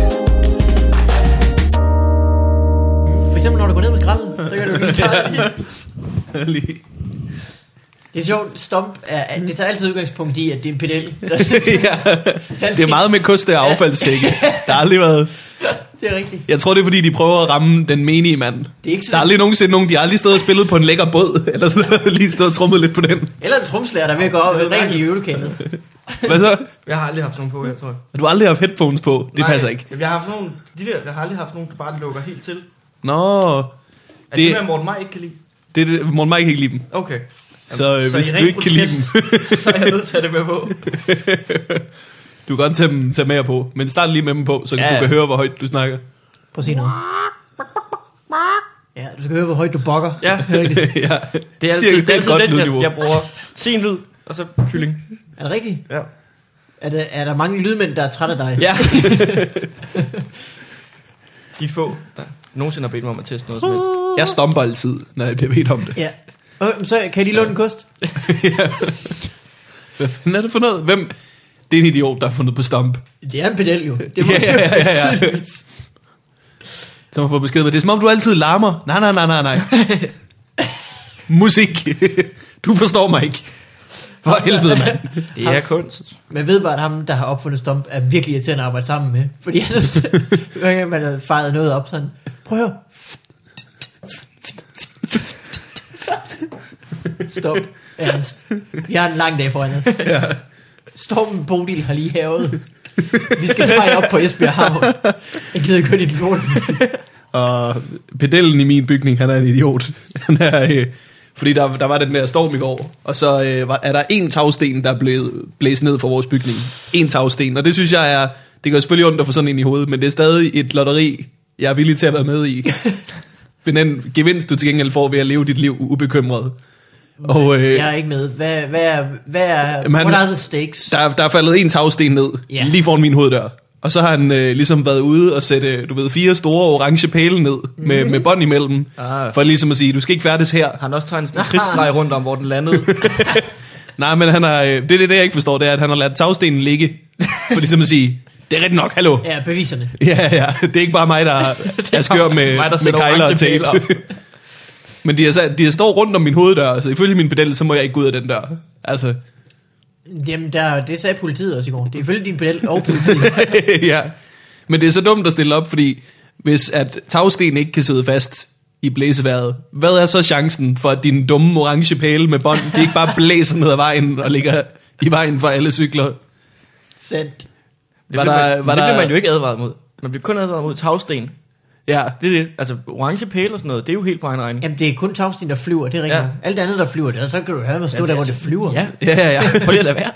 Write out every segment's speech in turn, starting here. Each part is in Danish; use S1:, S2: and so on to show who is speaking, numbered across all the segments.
S1: Lige.
S2: Det er sjovt, stomp er, er- det tager altid udgangspunkt i, at det er en pedel.
S1: ja. Det er meget med kost af affaldssække. Der har aldrig været...
S2: det er rigtigt.
S1: Jeg tror, det er, fordi de prøver at ramme den menige mand.
S2: Det er ikke
S1: Der er
S2: sådan,
S1: aldrig nogensinde nogen, de har aldrig stået og spillet på en lækker båd, eller sådan noget, lige stået og trummet lidt på den.
S2: eller en tromslærer, der vil gå op rent i øvelokalet.
S1: Hvad så?
S3: Jeg har aldrig haft sådan på, jeg tror.
S1: Du har aldrig haft headphones på. Mm. Det
S3: Nej,
S1: passer ikke.
S3: Jamen, jeg har haft nogle, de der, jeg har aldrig haft nogen, der bare lukker helt til.
S1: Nå,
S3: Er det,
S1: Det-
S3: det med, Morten Maj ikke kan lide?
S1: det er det. Morten Mike kan ikke lide dem.
S3: Okay.
S1: Så, øh, hvis
S3: i
S1: du
S3: ren
S1: ikke kan lide
S3: protest, så er jeg nødt til at have det med på.
S1: Du kan godt tage, dem, tage mere på, men start lige med dem på, så
S3: Ja,
S1: ja, du
S3: ja.
S1: kan høre, hvor højt du snakker.
S2: Prøv at se noget. Ja, du skal høre, hvor højt du bokker.
S3: Ja,
S2: Det er rigtigt.
S1: ja.
S3: det er
S1: Cirka
S3: altid, det er altid
S1: godt
S3: den,
S1: lydniveau.
S3: jeg, jeg bruger. Sen lyd, og så kylling.
S2: Er det rigtigt?
S3: Ja.
S2: Er der, er der mange lydmænd, der er trætte af dig?
S1: ja.
S3: De få, der nogensinde har bedt mig om at teste noget som helst.
S1: Jeg stomper altid, når jeg bliver bedt om det.
S2: ja. Øh, så kan de låne en kost?
S1: Hvad fanden er det for noget? Hvem? Det er en idiot, der har fundet på stomp.
S2: Det er en pedel jo. Det må
S1: Ja, ja, ja, ja, ja.
S2: tydeligvis.
S1: Som har fået besked med, det er som om, du altid larmer. Nej, nej, nej, nej, nej. Musik. Du forstår mig ikke. For helvede, mand.
S3: Det er kunst.
S2: Man ved bare, at ham, der har opfundet Stomp, er virkelig irriterende at arbejde sammen med. Fordi ellers, hver gang man havde fejret noget op sådan, prøv at høre. Stop, Ernst. Vi har en lang dag foran os. Ja. Stormen Bodil har lige havet. Vi skal fejre op på Esbjerg Havn. Jeg gider ikke høre dit lort.
S1: Og pedellen i min bygning, han er en idiot. Han er, øh, fordi der, der var den der storm i går, og så øh, var, er der en tagsten, der er blevet blæst ned fra vores bygning. En tagsten, og det synes jeg er, det gør selvfølgelig ondt at få sådan en i hovedet, men det er stadig et lotteri, jeg er villig til at være med i. Men den gevinst, du til gengæld får ved at leve dit liv ubekymret. Og øh,
S2: Jeg er ikke med. Hvad, hvad, er, hvad er,
S1: Jamen, han-
S2: what are the stakes?
S1: der, er- der er faldet en tagsten ned,
S2: Ja.
S1: lige foran min hoveddør. Og så har han øh, ligesom været ude og sætte, du ved, fire store orange pæle ned med, med bånd imellem.
S3: Mhm. Ah.
S1: For ligesom at sige, du skal ikke færdes her.
S3: Har han også tegnet sådan en kridtstreg rundt om, hvor den landede?
S1: Nej, men han har, øh, det, det, er det, jeg ikke forstår, det er, at han har ladet tagstenen ligge. For ligesom at sige, det er rigtigt nok, hallo.
S2: Ja, beviserne.
S1: Ja, ja, det er ikke bare mig, der er skør med,
S3: mig, der
S1: med
S3: sætter
S1: kejler og
S3: orange
S1: tape.
S3: pæle
S1: men de har, sat- de har står rundt om min hoveddør, så ifølge min pedel, så må jeg ikke gå ud af den dør. Altså,
S2: Jamen, der, det sagde politiet også i går. Det er ifølge din pedel og politiet.
S1: ja. Men det er så dumt at stille op, fordi hvis at tagsten ikke kan sidde fast i blæseværet, hvad er så chancen for, at din dumme orange pæle med bånd, de ikke bare blæser ned ad vejen og ligger i vejen for alle cykler?
S2: Sandt.
S3: Det
S1: Var
S3: blev
S1: der-
S3: man,
S1: var
S3: det
S1: der-
S3: blev man jo ikke advaret mod. Man blev kun advaret mod tagsten.
S1: Ja,
S3: Det er det. Altså, orange pæle og sådan noget, det er jo helt på egen regning.
S2: Jamen, det er kun tagsten, der flyver, det er rigtigt.
S3: Ja.
S2: Ja. Alt det andet, der flyver, det, er- så kan du have med at stå
S3: Jamen,
S2: der, hvor
S3: altså,
S2: det flyver.
S3: Ja,
S1: ja, ja. ja.
S3: prøv lige at lade være.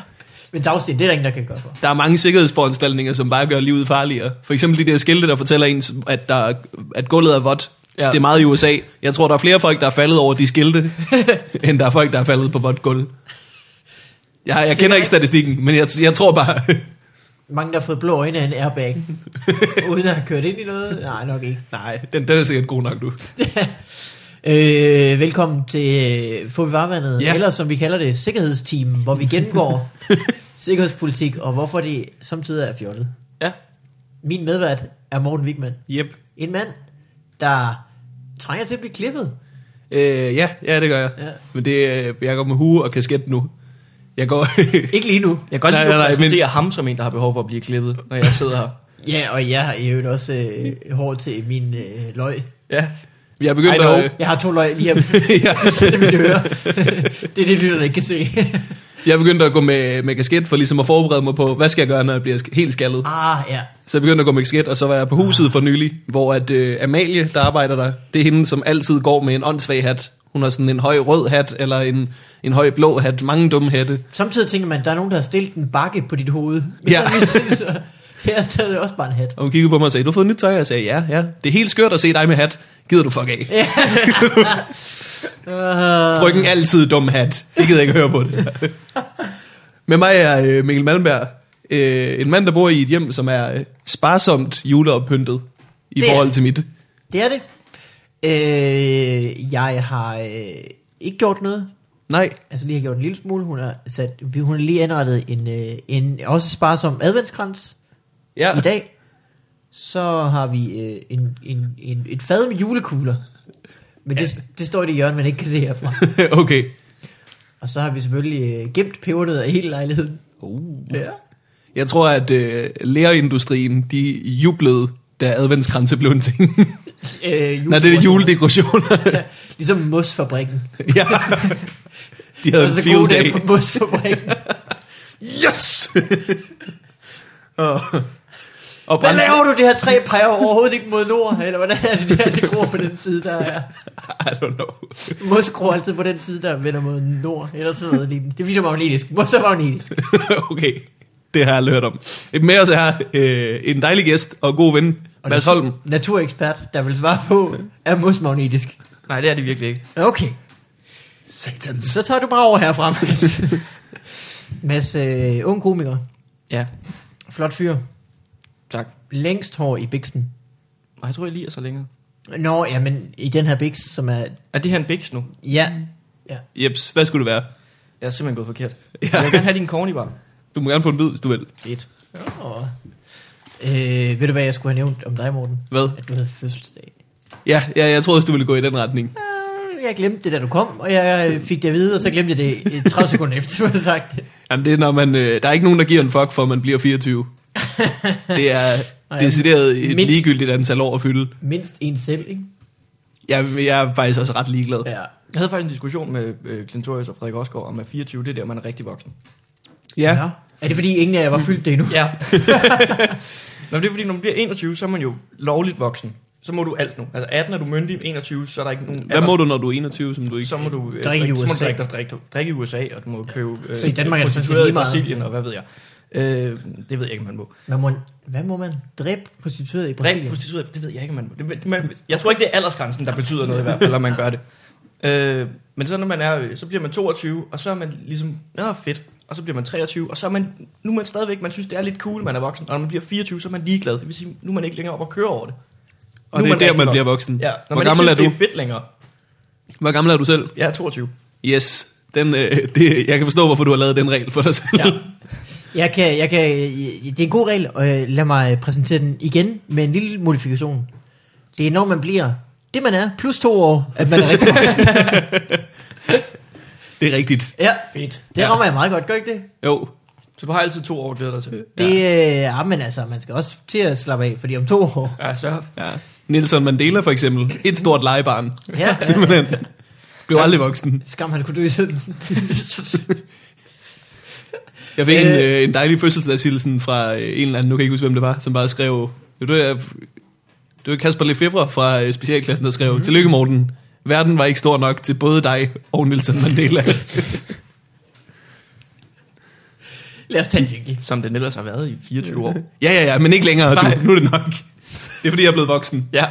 S2: Men tagsten, det er der ingen, der kan gøre for.
S1: Der er mange sikkerhedsforanstaltninger, som bare gør livet farligere. For eksempel de der skilte, der fortæller ens, at, der, at gulvet er vådt. Ja.
S3: Ja.
S1: Det er meget i USA. Jeg tror, der er flere folk, der er faldet over de skilte, end der er folk, der er faldet på vådt gulv. Jeg, jeg kender ikke statistikken, men jeg, jeg tror bare...
S2: Mange, der har fået blå øjne af en airbag, uden at have kørt ind i noget. Nej, nok ikke.
S1: Nej, den, den er sikkert god nok nu.
S2: Øh, velkommen til øh, Få vi varvandet,
S1: Ja.
S2: ja. eller som vi kalder det, sikkerhedsteam, hvor vi gennemgår sikkerhedspolitik, og hvorfor det samtidig er fjollet.
S3: Ja.
S2: Min medvært er Morten Wigman.
S1: Yep.
S2: En mand, der trænger til at blive klippet.
S1: Øh, ja, ja, det gør jeg. Ja.
S2: Ja.
S1: Men det, øh, jeg går med hue og kasket nu. Jeg går...
S2: Ikke lige nu.
S3: Jeg kan godt
S1: Nej,
S3: lide, at
S1: nej,
S3: du
S1: nej, men-
S3: præsenterer ham som en, der har behov for at blive klippet, når jeg sidder her.
S2: Ja, og jeg har i øvrigt også øh, hår til min øh, løg.
S3: Ja.
S1: jeg begyndte
S3: I know.
S1: at...
S2: Jeg har to løg lige her,
S1: jeg,
S2: så det vil du høre. det er det, lytterne ikke kan se.
S1: jeg begyndte at gå med, med kasket for ligesom at forberede mig på, hvad skal jeg gøre, når jeg bliver sk- helt skaldet?
S2: ah, ja.
S1: Så jeg begyndte at gå med kasket, og så var jeg på huset for nylig, hvor at øh, Amalie, der arbejder der, det er hende, som altid går med en åndssvag hat. Hun har sådan en høj rød hat, eller en, en høj blå hat, mange dumme hatte.
S2: Samtidig tænker man, der er nogen, der har stillet en bakke på dit hoved.
S1: Ja.
S2: Her er det også bare en hat.
S1: Og hun kiggede på mig og sagde, du har fået nyt tøj? Og jeg sagde, ja, ja. Det er helt skørt at se dig med hat. Gider du fuck af?
S2: Uh,
S1: Frygten altid dum hat. Det gider jeg ikke høre på det. Med mig er øh, Mikkel Malmberg. Øh, en mand, der bor i et hjem, som er øh, sparsomt juleoppyntet i
S2: Det er-
S1: forhold til mit.
S2: det er det. Øh, jeg har øh, ikke gjort noget.
S1: Nej,
S2: Altså lige har gjort en lille smule. Hun har, sat, hun har lige anrettet en, øh, en også sparsom adventskrans.
S1: ja.
S2: I dag, så har vi øh, en, en, en, et fad med julekugler. Men det, det står i det hjørne, man ikke kan se herfra.
S1: okay.
S2: Og så har vi selvfølgelig øh, gemt pebernødder i hele lejligheden.
S1: Uh.
S2: Ja.
S1: Jeg tror, at øh, lærerindustrien, de jublede, da adventskranse blev en ting.
S2: Øh,
S1: Nej, det er juledekorationer.
S2: Ja, ligesom mosfabrikken.
S1: ja. De havde
S2: Og
S1: en
S2: så gode
S1: field
S2: dage
S1: day.
S2: på mosfabrikken.
S1: Yes! og, og
S2: Hvad
S1: brændsle-
S2: laver du det her tre peger overhovedet ikke mod nord? Eller hvordan er det der, det gror på den side, der er?
S1: I don't know.
S2: Mos gror altid på den side, der vender mod nord. Eller sådan noget lignende. Det er fordi, det er magnetisk. Mos er magnetisk.
S1: okay, det har jeg aldrig hørt om. Med os er øh, en dejlig gæst og god ven, og Mads Holm.
S2: Naturekspert, der vil svare på, er mos magnetisk?
S3: Nej, det er det virkelig ikke.
S2: Okay,
S1: Satans.
S2: så tager du bare over herfra, Mads. Mads, øh, ung komiker.
S3: Ja,
S2: Flot fyr.
S3: tak.
S2: Længst hår i biksen.
S3: Og jeg tror, jeg lige er så længe.
S2: Nå, ja, men i den her biks, som er...
S3: Er det her en biks nu?
S2: Ja,
S1: Jeps, hvad skulle det være?
S3: Jeg er simpelthen gået forkert. Ja.
S1: Ja.
S3: Jeg vil gerne have din corny bar.
S1: Du må gerne få en bid, hvis du vil.
S3: Fedt.
S2: Åh. Øh, ved du hvad jeg skulle have nævnt om dig, Morten?
S1: Hvad?
S2: At du havde fødselsdag.
S1: Ja, ja, jeg troede, også, du ville gå i den retning.
S2: Øh, Jeg glemte det, da du kom, og jeg øh, fik det at vide, og så glemte jeg det i 30 sekunder efter, du havde sagt det.
S1: Jamen, det er, når man, øh, der er ikke nogen, der giver en fuck for, at man bliver 24. Det er
S2: Ej,
S1: decideret et
S2: mindst.
S1: ligegyldigt antal år at fylde.
S2: Mindst en selv, ikke?
S1: Jeg, jeg er faktisk også ret ligeglad.
S2: Ja.
S3: Jeg havde faktisk en diskussion med øh, Clintorius og Frederik Osgaard om, at 24, det er der, man er rigtig voksen.
S1: Ja.
S2: Er det fordi ingen af jer var fyldt det endnu?
S3: Ja. Nå, men det er fordi, når man bliver 21, så er man jo lovligt voksen. Så må du alt nu. Altså 18 er du myndig, 21, så er der ikke nogen...
S1: Hvad må du, når du er 21, som du ikke...
S3: Så må du øh,
S2: Drikke i
S3: så må du
S2: USA.
S3: drikke, drikke, drikke i USA, og du må købe... Øh,
S2: Så i Danmark er det sådan set
S3: prostituerede
S2: lige meget.
S3: i Brasilien, og hvad ved jeg. Øh, det ved jeg ikke, om man må.
S2: Man må, hvad må man? Dræb prostitueret i
S3: Drikke
S2: Brasilien?
S3: prostitueret, det ved jeg ikke, om man må. Det, det, man, jeg tror ikke, det er aldersgrænsen, der betyder noget i hvert fald, om man gør det. Øh, men så når man er, øh, så bliver man 22, og så er man ligesom, nå fedt, og så bliver man 23, og så er man, nu er man stadigvæk, man synes, det er lidt cool, man er voksen, og når man bliver 24, så er man ligeglad. Det vil sige, nu er man ikke længere op og køre over det.
S1: Og
S3: Nu
S1: det er der,
S3: rigtig
S1: man bliver voksen.
S3: Ja, når
S1: Hvor
S3: man ikke
S1: gammel
S3: synes,
S1: er
S3: det
S1: du?
S3: er fedt længere.
S1: Hvor gammel er du selv?
S3: Jeg er 22.
S1: Yes. Den, øh, det, jeg kan forstå, hvorfor du har lavet den regel for dig selv.
S3: Ja.
S2: Jeg kan, jeg kan, det er en god regel, og øh, lad mig øh, præsentere den igen med en lille modifikation. Det er når man bliver det man er, plus to år, at man er rigtig voksen.
S1: Det er rigtigt.
S2: Ja, fedt. Det rammer jeg meget godt, gør ikke det?
S1: Jo,
S3: Så du har altid to år at glæde dig til.
S2: Det, ja. ja, men altså, man skal også til at slappe af, fordi om to år,
S3: Ja, så
S1: Ja. Nelson Mandela for eksempel. Et stort legebarn.
S2: ja, ja,
S1: Simpelthen. Blev aldrig voksen.
S2: skam han kunne dø i søvn.
S1: Jeg fik øh. en,
S2: Øh.
S1: øh, en dejlig fødselsdagshilsen fra øh, en eller anden, nu kan jeg ikke huske, hvem det var, som bare skrev... Det var, det var Kasper Lefebvre fra øh, specialklassen, der skrev, mm. Tillykke Morten, verden var ikke stor nok til både dig og Nelson Mandela.
S2: Lad os tage en jingle.
S3: som den ellers har været i 24 år.
S1: ja, ja, ja, men ikke længere,
S3: Nej.
S1: du. Nu er det nok. Det er fordi, jeg er blevet voksen.
S3: Ja,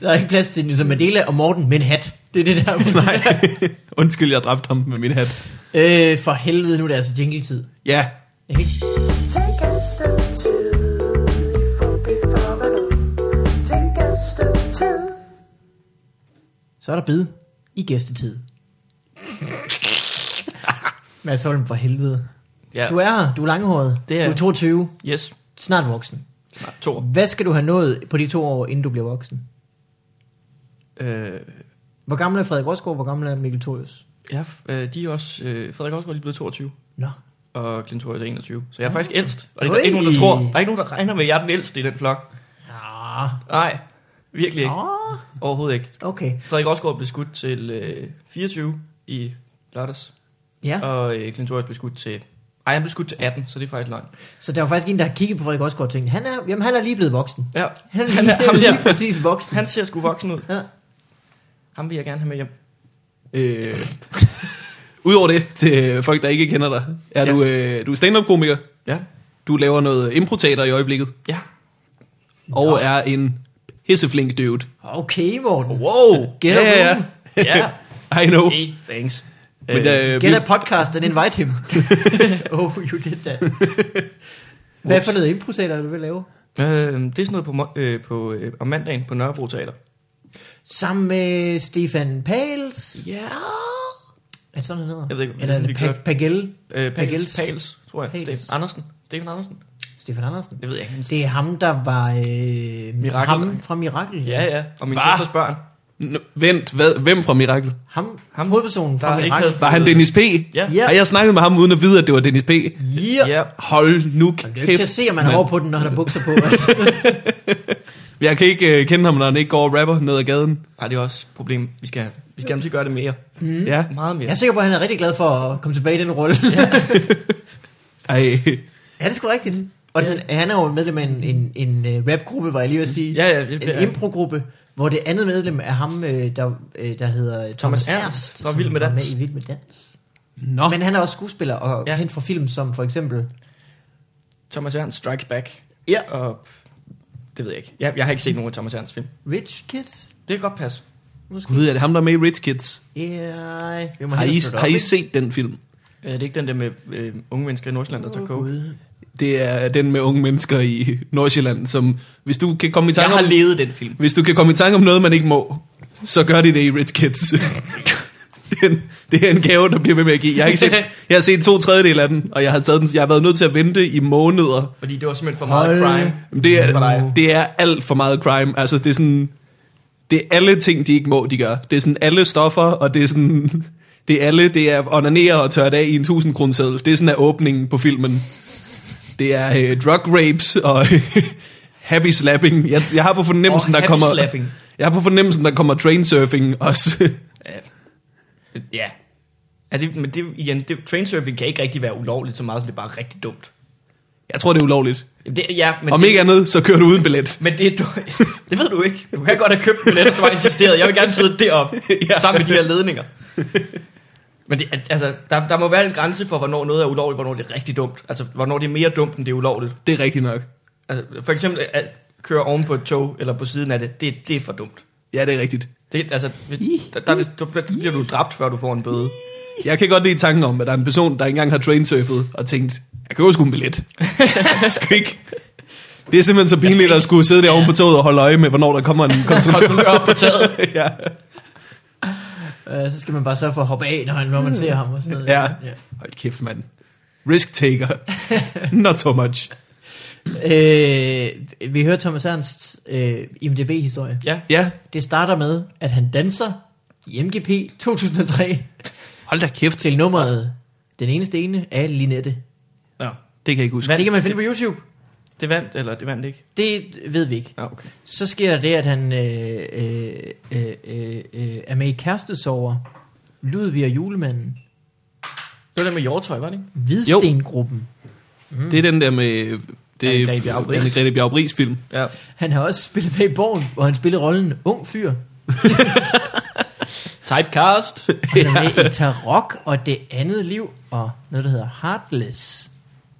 S2: Der er ikke plads til Nelson Mandela og Morten med en hat. Det er det der.
S1: Nej. Undskyld, jeg dræbte ham med min hat.
S2: øh, for helvede, nu er det altså jingle-tid.
S1: Ja,
S2: Jeg kan ikke-
S4: Take a step two, for before the Take a step two.
S2: Så er der bid i gæstetid. Mads Holm, for helvede.
S3: ja.
S2: Du er her, du er langhåret,
S3: Det er
S2: du er
S3: jeg.
S2: 22,
S3: Yes,
S2: snart voksen.
S3: snart to år.
S2: Hvad skal du have nået på de to år, inden du bliver voksen?
S3: Øh,
S2: Hvor gammel er Frederik Rosgaard, hvor gammel er Mikkel Thorius?
S3: ja, øh, de er også, øh, Frederik Osgaard er lige blevet 22,
S2: Nå,
S3: og Clint Torres er 21. Så jeg er faktisk ældst, og det er der
S2: Ui.
S3: ikke nogen, der tror. Der er ikke nogen, der regner med, at jeg er den ældste i den flok.
S2: Ah,
S3: Nej, virkelig ikke.
S2: ah,
S3: Overhovedet ikke.
S2: okay.
S3: Frederik Osgaard blev skudt til øh, 24 i lørdags,
S2: Ja,
S3: og øh, Clint Torres blev skudt til... Ej, han blev skudt til 18, så det er faktisk løgn.
S2: så der var faktisk en, der har kigget på Frederik Rosgaard og tænkt, han er, jamen, han er lige blevet voksen.
S3: Ja,
S2: Han er
S3: Han
S2: lige,
S3: er- ham
S2: han er lige
S3: der.
S2: præcis voksen.
S3: han ser sgu voksen ud.
S2: Ja.
S3: Ham vil jeg gerne have med hjem.
S1: Øh, Udover det, til folk, der ikke kender dig, er
S3: Ja.
S1: ja. du, øh, du er stand-up-komiker,
S3: Ja.
S1: du laver noget improteater i øjeblikket,
S3: Ja.
S1: og er en pisseflink dude.
S2: Okay, Morten.
S1: Wow!
S2: Get
S1: ja,
S2: a
S1: ja,
S2: room.
S3: Ja.
S1: ja. I know.
S3: Hey, thanks.
S1: Men, øh,
S2: Get
S1: vi,
S2: a podcast and invite him. oh, you did that. Hvad for noget improteater er du vil lave?
S3: Øh, det er sådan noget på, mo- øh, på øh, om mandagen på Nørrebro Teater.
S2: Sammen med Stefan Pals.
S3: Ja. Yeah.
S2: Er det sådan, han hedder?
S3: Jeg ved ikke, om
S2: Eller er
S3: det
S2: det
S3: er sådan,
S2: pa- Pagel?
S3: Øh, Pagels,
S2: Pagels.
S3: Pagels, tror jeg.
S2: Pagels.
S3: Pagels. Andersen. Stefan Andersen.
S2: Stefan Andersen?
S3: Det ved jeg ikke.
S2: Det er ham, der var øh,
S3: Mirakel.
S2: ham fra Mirakel.
S3: Ja, ja. Og min
S1: Hva?
S3: søsters børn.
S1: N- vent, hvad, hvem fra Mirakel?
S2: Ham, ham hovedpersonen
S3: Der
S2: fra min
S3: ikke
S2: række.
S3: havde-
S1: Var han Dennis P?
S3: Ja.
S2: Ja.
S1: Har jeg snakket med ham uden at vide, at det var Dennis P?
S2: Yeah.
S3: ja.
S1: Hold nu
S2: Jamen, det er jo ikke til at se, om man er over på den, når han har bukser på.
S1: Jeg kan ikke uh, kende ham, når han ikke går og rapper ned ad gaden.
S3: Ej, det er også et problem. Vi skal, vi skal til at gøre det mere.
S1: Mm. Ja.
S3: Meget mere.
S2: Jeg er sikker på, at han er rigtig glad for at komme tilbage i den rolle. Ja,
S1: Ej.
S2: det er sgu rigtigt. Og den, han er jo medlem af en, en, en øh, rapgruppe, var jeg lige ved at sige.
S3: Ja, ja, det-
S2: en improgruppe, hvor det andet medlem er ham, øh, der, øh, der hedder Thomas,
S3: Thomas Ernst, fra
S2: som
S3: Vild Med
S2: var
S3: Dans.
S2: Med i Vild Med Dans.
S1: Nå.
S2: Men han er også skuespiller og
S3: Ja.
S2: ja. kendt fra film som for eksempel...
S3: Thomas Ernst Strikes Back.
S2: Ja.
S3: Og det ved jeg ikke. Jeg, jeg har ikke set nogen af Thomas Ernsts film.
S2: Rich Kids,
S3: Det kan godt passe.
S2: måske?
S1: Gud, er det ham, der er med i Rich Kids?
S2: Yeah. Vi må
S1: Har
S2: hellere
S1: I,
S2: slå det
S1: har
S2: op,
S1: I
S2: ikke?
S1: set den film?
S3: Er det ikke den der med øh, unge mennesker i Nordsjælland, der tager
S2: Åh,
S3: coke?
S2: Gud.
S1: Det er den med unge mennesker i Nordsjælland, som hvis du kan komme i
S3: Jeg
S1: tanke om,
S3: har levet den film.
S1: hvis du kan komme i tanke om noget, man ikke må, så gør de det i Rich Kids. det, er en, det er en gave, der bliver ved med at give. Jeg har, ikke set, jeg har set to tredjedel af den, og jeg har, taget den, jeg har været nødt til at vente i måneder.
S3: Fordi det var simpelthen for meget
S2: Hold.
S3: crime.
S1: Jamen, Det
S3: For
S1: er,
S3: dig.
S1: det er alt for meget crime. Altså, det er sådan... Det er alle ting, de ikke må, de gør. Det er sådan alle stoffer, og det er sådan... Det er alle, det er onanere og tørre det af i en 1000 kroner seddel. Det er sådan er åbningen på filmen. Det er øh, drug rapes og happy slapping. Jeg, jeg har på fornemmelsen,
S3: Og
S1: der
S3: happy
S1: kommer...
S3: slapping.
S1: Jeg har på fornemmelsen, der kommer train surfing også.
S3: Ja. Ja. Er det, men det, igen, det, trainsurfing kan ikke rigtig være ulovligt så meget, som det er bare rigtig dumt.
S1: Jeg tror, det er ulovligt.
S3: Jamen, det, ja, men
S1: Men Om
S3: det,
S1: ikke andet, så kører du uden billet.
S3: Men det, du, det ved du ikke. Du kan godt have købt en billet, hvis du var insisteret. Jeg vil gerne sidde deroppe,
S1: Ja.
S3: ja. sammen med de her ledninger. Men det, at- altså, der, der må være en grænse for, hvornår noget er ulovligt, hvornår det er rigtig dumt. Altså, hvornår det er mere dumt, end det er ulovligt.
S1: Det er rigtigt nok.
S3: Altså, for eksempel at køre oven på et tog, eller på siden af det, det, det er for dumt.
S1: Ja, det er rigtigt.
S3: Det, altså, hvis, der, der, der, der, bliver du dræbt, før du får en bøde.
S1: Jeg kan godt lide tanken om, at der er en person, der ikke engang har trainsurfet og tænkt, jeg køber sgu en billet. Jeg skal ikke. Det er simpelthen så pinligt at skulle sidde der oven på toget og holde øje med, hvornår der kommer en
S3: Kontrollør
S1: kontrollør.
S3: op på taget.
S1: ja.
S2: Øh, så skal man bare sørge for at hoppe af, når, han, når man ser ham og sådan noget.
S1: ja. Hold kæft, mand. Risk taker. Not so much.
S2: Øh, vi hører Thomas Ernsts øh, IMDB-historie.
S3: Ja.
S1: Ja,
S2: Det starter med, at han danser i MGP 2003
S1: hold da kæft.
S2: til nummeret Den eneste ene af Linette.
S3: ja.
S1: Det kan jeg ikke huske.
S2: Det kan man finde på YouTube.
S3: Det vandt, eller det vandt ikke?
S2: Det ved vi ikke.
S3: Ja, okay.
S2: Så sker der det, at han øh, øh, øh, øh, øh, er med i Kærestesover, Ludvig og Julemanden,
S3: Det var det med Hjortøj, var det ikke?
S2: Hvidstengruppen.
S1: Det er den der med... Det
S3: Anne-Grethe Bjarup Riis.
S1: Anne-Grethe Bjarup Riis film.
S3: Ja.
S2: Han har også spillet med i Borgen, hvor han spillede rollen Ung Fyr.
S3: Typecast.
S2: Han er med i Tarok og Det Andet Liv og noget, der hedder Heartless.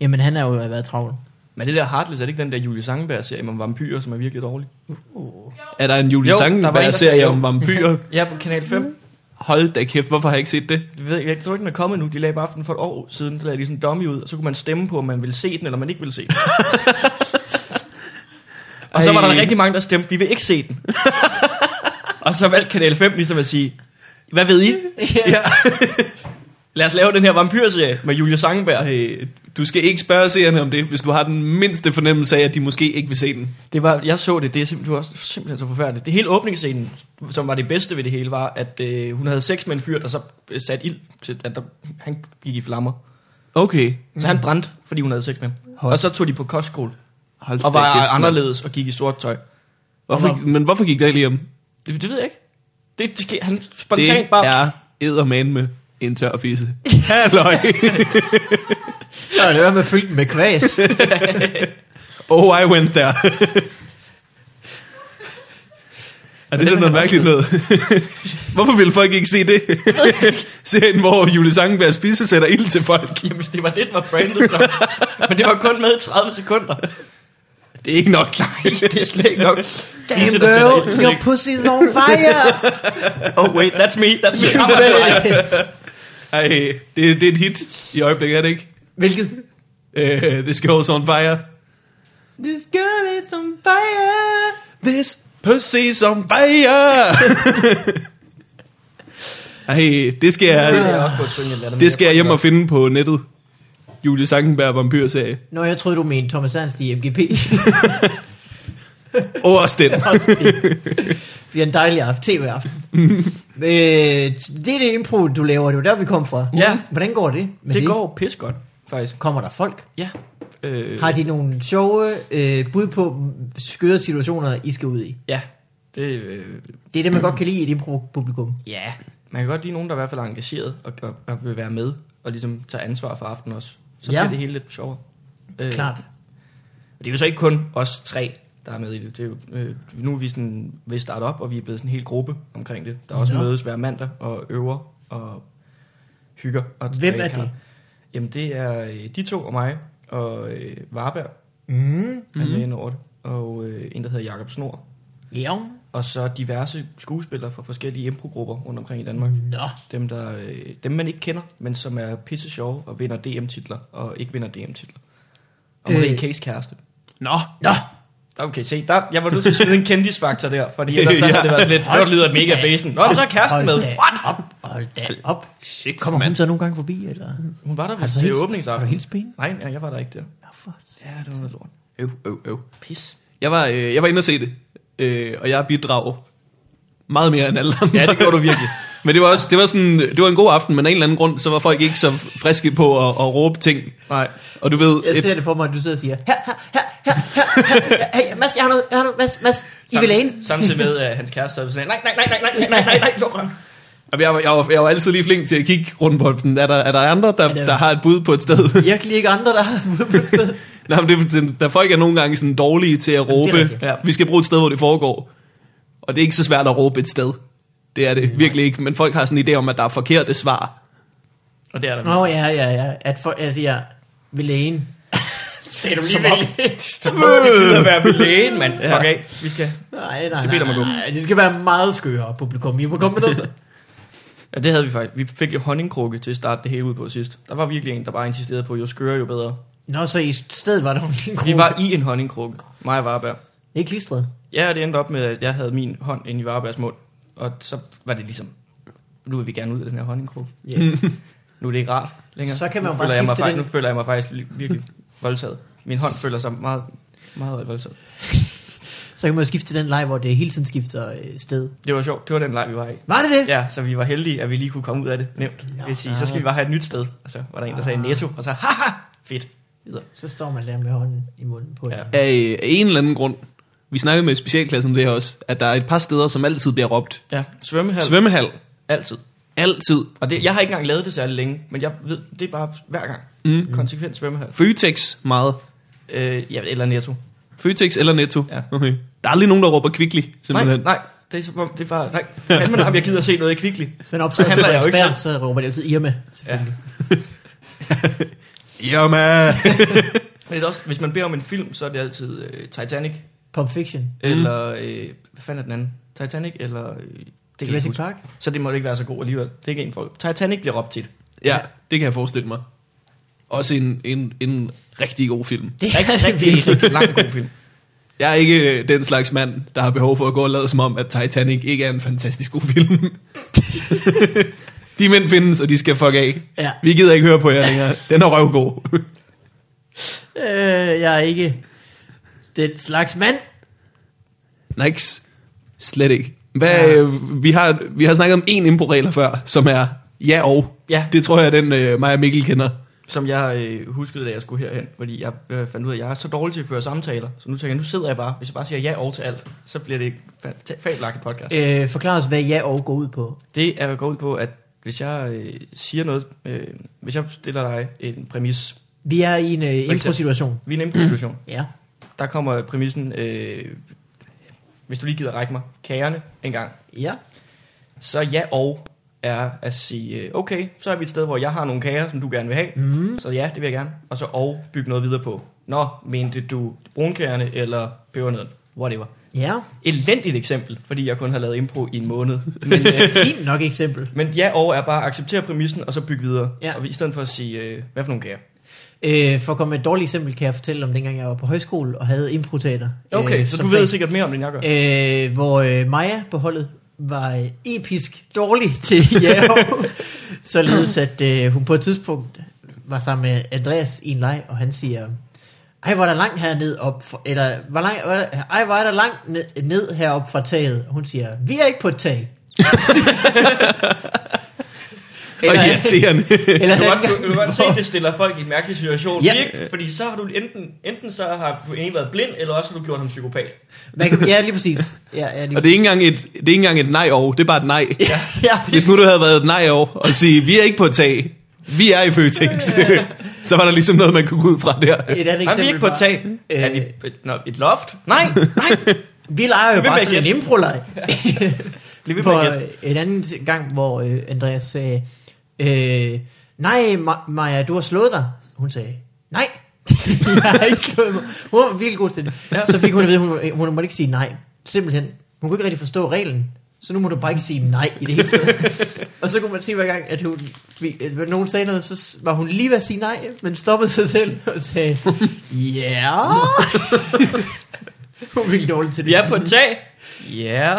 S2: Jamen, han har jo været travl.
S3: Men det der Heartless, er det ikke den der Julie Sangeberg-serie om vampyrer, som er virkelig dårlig?
S1: Er der en Julie
S3: Jo, der var en, der
S1: Sangenberg-serie
S3: sagde-
S1: om vampyrer?
S3: Ja, på Kanal
S1: Mhm.
S3: 5.
S1: Hold da kæft, hvorfor har jeg ikke set det?
S3: Jeg, ved, jeg tror ikke, den er kommet nu. De lagde bare den for et år siden. Der lagde de sådan en dummy ud, og så kunne man stemme på, om man ville se den, eller man ikke ville se den. og så var
S1: Ej.
S3: der rigtig mange, der stemte, vi vil ikke se den. og så valgte Kanal 5 ligesom at sige, hvad ved I?
S1: Ja.
S3: Lad os lave den her vampyrserie med Julie Sangeberg.
S1: Øh, du skal ikke spørge seerne om det, hvis du har den mindste fornemmelse af, at de måske ikke vil se den.
S3: Det var, jeg så det, det er simpelthen, det var simpelthen så forfærdeligt. Det hele åbningsscenen, som var det bedste ved det hele, var, at øh, hun havde sex med en fyr, der så øh, satte ild til, at der, han gik i flammer.
S1: Okay.
S3: Så han brændte, fordi hun havde sex med ham.
S2: Hold.
S3: Og så tog de på kostskole,
S1: Hold
S3: og
S1: da
S3: var
S1: kæft, mand.
S3: anderledes og gik i sort tøj.
S1: Hvorfor, men hvorfor gik det lige om?
S3: Det, det ved jeg ikke. Det, det sker- han
S1: Det
S3: spontant bare...
S1: er eddermand med en tør fisse. Halløj.
S2: Ja, det var med fyldt med kvæs.
S1: Oh, I went there. Er det,
S3: den
S1: det
S3: er
S1: noget mærkeligt noget? Hvorfor ville folk ikke se det? Serien, hvor Julie Sangenberg spise sætter ild til folk.
S3: Jamen, det var det, den var branded som. Men det var kun med i 30 sekunder.
S1: Det er ikke nok.
S3: Det er slet ikke nok.
S2: Damn
S1: Ligesom
S3: Isse, der sætter ild
S2: girl,
S3: til
S2: your
S3: ting.
S2: pussy's on fire!
S3: Oh, wait, that's me, that's me. I'm a guy.
S1: Ej, det, det er et hit i øjeblikket, er det ikke?
S2: Hvilket?
S1: Uh, this goes on fire.
S2: This girl is on fire!
S1: This pussy som fire. Ej, det skal
S3: Det er
S1: jeg,
S3: også på at synge, jeg lader dem
S1: det skal jeg
S3: med.
S1: hjem og finde på nettet. Julie Sankenberg vampyrserie.
S2: Nå, jeg troede, du mente Thomas Ernst i MGP.
S1: Årsten.
S2: Det bliver en dejlig aften, tv-aften. øh, det er det impro, du laver, det var der, vi kom fra.
S3: Ja.
S2: Hvordan går det med
S3: Det går pis godt, faktisk.
S2: Kommer der folk?
S3: Ja. Øh,
S2: Har de nogle sjove øh, bud på skøre situationer, I skal ud i?
S3: Ja. Det, øh,
S2: Det er det, man godt kan lide i et impro-publikum.
S3: ja. Man kan godt lide nogen, der i hvert fald er engageret og, og, og vil være med og ligesom tage ansvar for aftenen også. Så
S2: Ja.
S3: bliver det hele lidt sjovere. Øh,
S2: Klart.
S3: Og det er jo så ikke kun os tre, der er med i det. det er jo, øh, nu er vi sådan ved at starte op, og vi er blevet sådan en hel gruppe omkring det. Der også
S2: Nå.
S3: mødes hver mandag og øver og hygger. Og
S2: Hvem er
S3: drikker.
S2: det?
S3: Jamen det er øh, de to og mig og øh, Varberg
S2: Mm.
S3: er med inde over det. Og øh, en, der hedder Jakob Snor.
S2: Ja.
S3: Og så diverse skuespillere fra forskellige improgrupper rundt omkring i Danmark.
S2: Nå.
S3: Dem, der, øh, dem, man ikke kender, men som er pisse sjove og vinder DM-titler og ikke vinder DM-titler. Og Marie
S2: Øh.
S3: øh. K's kæreste.
S1: Nå.
S2: Nå.
S3: Okay, se, der, jeg var nødt til at smide en kendisfaktor der, fordi ellers så havde det været lidt, det var- lyder mega fæsen. Nå, men så er kæresten
S2: Hold
S3: med.
S2: da What? op. Hold da op.
S1: Shit,
S2: Kommer hun
S1: mand.
S2: så nogle gange forbi, eller?
S3: Hun var der
S2: Har
S3: ved
S2: du så
S3: til
S2: hils- Har du
S3: åbningsaften.
S2: hilst på hende?
S3: Nej, nej, jeg var der ikke der.
S2: Nå, for s-
S3: Ja, det var noget lort. Øv, øv, øv. Pis.
S1: Jeg var, øh, jeg var inde og se det, øh, og jeg bidrager meget mere end alle andre.
S3: Ja, det gjorde du virkelig.
S1: Men det var, også, det, var sådan, det var en god aften, men af en eller anden grund, så var folk ikke så friske på at, at råbe ting.
S3: Nej.
S1: Og du ved,
S2: Jeg
S1: et,
S2: ser det for mig, at du sidder og siger, her, her, her, her, her, her, her, her, Mads, jeg har noget, jeg har noget, Mads, Mads, I vil have en?
S3: Samtidig med, at hans kæreste havde sådan, nej, nej, nej, nej, nej, nej, nej, nej, nej, luk ham.
S1: jeg, jeg, var, jeg, var, jeg var altid lige flink til at kigge rundt på, sådan, er, der, er der andre, der,
S2: Ja, det er-
S1: der har et bud på et sted?
S2: Virkelig ikke andre, der har ude på et sted.
S1: Nej, men det er, sådan, der folk er nogle gange sådan dårlige til at
S2: det er
S1: råbe.
S2: rigtigt.
S1: ja. Vi skal bruge et sted, hvor det foregår. Og det er ikke så svært at råbe et sted. Det er det virkelig ikke. Men folk har sådan en idé om, at der er forkerte svar.
S3: Og det er der.
S2: Nå, ja, ja, ja. At for, jeg siger, vil have en?
S3: Sagde du lige vel Så må det gider være ved lægen, mand. Fuck af. Vi skal...
S2: Nej,
S3: Skal
S2: nej,
S3: bede
S2: nej,
S3: dig om at gå.
S2: nej. Det skal være meget skøre publikum. I må komme med noget.
S3: Ja, det havde vi faktisk. Vi fik jo honningkrukke til at starte det hele ud på sidst. Der var virkelig en, der bare insisterede på, jo skøre, jo bedre.
S2: Nå, så i stedet var der jo lige en
S3: Vi
S2: gruppe.
S3: var i en honningkrukke. Mig og Varberg.
S2: Ikke klistret.
S3: Ja, og det endte op med, at jeg havde min hånd inde i Varbergs mund. Og så var det ligesom, nu vil vi gerne ud af den her honningkrog.
S2: Yeah. Mm.
S3: Nu er det ikke rart længere.
S2: Så kan man
S3: nu
S2: jo bare
S3: føler jeg mig,
S2: skifte
S3: fej-
S2: den.
S3: nu føler jeg mig faktisk li- virkelig voldtaget. Min hånd føler sig meget, meget voldtaget.
S2: Så kan man jo skifte til den leg, hvor det hele tiden skifter øh, sted.
S3: Det var sjovt. Det var den leg, vi var i.
S2: Var det det?
S3: Ja, så vi var heldige, at vi lige kunne komme ud af det nemt. Det vil sige, så skal vi bare have et nyt sted. Og så var der en, der
S2: Ah.
S3: sagde netto, og så haha, fedt. Videre.
S2: Så står man der med hånden i munden på
S3: Ja.
S2: ja.
S1: Af, af en eller anden grund. Vi snakkede med specialklassen om det her også. At der er et par steder, som altid bliver råbt.
S3: Ja, svømmehal. Svøm-
S1: Svømmehal.
S3: altid.
S1: Altid.
S3: Og det, jeg har ikke engang lavet det særlig længe, men jeg ved, det er bare hver gang. Mm. Konsekvent svømmehal.
S1: Føtex meget.
S3: Øh, ja, eller netto.
S1: Føtex eller Netto.
S3: Ja.
S1: Okay. Der er aldrig nogen, der råber kvickly, simpelthen.
S3: Nej, nej, det er som om, det er bare, nej, fandme nej, jeg gider se noget i Kvickly.
S2: Men op, så,
S3: handler
S2: handler
S3: jeg jo ikke
S2: ekspert, så råber de altid Irma.
S3: Ja.
S1: Jamen.
S3: Men det er også, hvis man beder om en film, så er det altid øh, Titanic, mm.
S2: Pulp Fiction.
S3: eller, øh, hvad fanden er den anden? Titanic, eller... Øh, det kan jeg ikke
S2: Jurassic
S3: huske.
S2: Park.
S3: Så det må ikke være så god alligevel. Det er ikke en folk. Titanic bliver råbt tit.
S1: ja, det kan jeg forestille mig. Også en, en, en rigtig god film.
S2: Det
S3: Rigtig, rigtig, rigtig, rigtig lang god film.
S1: Jeg er ikke øh, den slags mand, der har behov for at gå og lade som om, at Titanic ikke er en fantastisk god film. de mænd findes, og de skal fuck af.
S2: Ja.
S1: Vi gider ikke høre på jer længere. Den er røvgod.
S2: Øh, jeg er ikke den slags mand.
S1: Nix. Slet ikke. Hvad,
S2: Ja.
S1: ja. øh, vi, har, vi har snakket om én importregler før, som er ja og.
S3: Ja.
S1: Det tror jeg, den øh, mig og Mikkel kender.
S3: Som jeg øh, huskede, da jeg skulle herhen, fordi jeg øh, fandt ud af, at jeg er så dårlig til at føre samtaler. Så nu tænker jeg, nu sidder jeg bare. Hvis jeg bare siger ja over til alt, så bliver det ikke fabelagtigt podcast.
S2: Øh, forklar os, hvad jeg og går ud på.
S3: Det er jo gået ud på, at hvis jeg øh, siger noget, øh, hvis jeg stiller dig en præmis,
S2: Vi er i en øh,
S3: eksempel.
S2: impro-situation.
S3: vi er en improvisation,
S2: Ja.
S3: der kommer præmissen, øh, hvis du lige gider række mig kagerne en gang,
S2: Ja.
S3: så ja og er at sige, øh, okay, så er vi et sted, hvor jeg har nogle kager, som du gerne vil have, mm. så ja, det vil jeg gerne, og så og bygge noget videre på. Nå, mente du brunkagerne eller pebernødden? Whatever.
S2: Ja.
S3: Elendigt eksempel, fordi jeg kun har lavet impro i en måned. Men, øh,
S2: Fint nok eksempel.
S3: Men ja og er bare at acceptere præmissen, og så bygge videre.
S2: Ja.
S3: Ja. Og i stedet for at sige, øh, hvad for nogle kager?
S2: Øh, for at komme med et dårligt eksempel, kan jeg fortælle om dengang, jeg var på højskole og havde improteater.
S3: Okay, øh, så
S2: som
S3: du ved
S2: fag.
S3: sikkert mere om det, end jeg gør. Øh,
S2: Øh, hvor øh, Maja på holdet var øh, episk dårlig til Jao, således at øh, hun på et tidspunkt var sammen med Andreas i en leg, og han siger, Ej, hvor er der langt herned op, for, eller hvor lang, hvor, er der- ej, hvor er der langt ned, ned herop fra taget. Hun siger, vi er ikke på et tag.
S1: Og irriterende.
S2: eller
S3: Du kan, godt,
S2: anden
S3: du, du kan godt se,
S2: gang,
S3: at det stiller folk i en mærkelig situation.
S2: Ja.
S3: Ja. Ikke? Fordi så har du enten, enten så har du egentlig været blind, eller også har du gjort ham psykopat.
S2: man kan, ja, lige præcis. Ja, ja, lige
S1: og det er ikke engang et, det er ikke engang et nej over, det er bare et nej. Ja.
S2: ja,
S1: Hvis nu du havde været et nej over og sige, vi er ikke på et tag, vi er i Føtex, så var der ligesom noget, man kunne gå ud fra der.
S2: et andet
S3: Han
S2: eksempel
S3: vi ikke på et
S2: var-
S3: tag. Er vi på et- nå, et loft? Nej, nej.
S2: Vi leger jo
S3: Bliv ved
S2: bare
S3: med at
S2: sådan en
S3: gætte.
S2: improleg.
S3: Bliv ved med
S2: Hvor
S3: at gætte.
S2: øh, en anden gang, hvor øh, Andreas sagde, øh, nej, Ma- Maja, du har slået dig. Hun sagde, nej, jeg har ikke slået mig. Hun var virkelig god til det. Så fik hun at vide, hun, hun måtte ikke sige nej. Simpelthen. Hun kunne ikke rigtig forstå reglen. Så nu må du bare ikke sige nej i det hele taget. og så kunne man se hver gang, at hun, vi- at når nogen sagde noget, så s- var hun lige ved at sige nej, men stoppede sig selv og sagde, ja. Yeah. hun var virkelig dårlig til det.
S3: Vi er på et tag. Ja.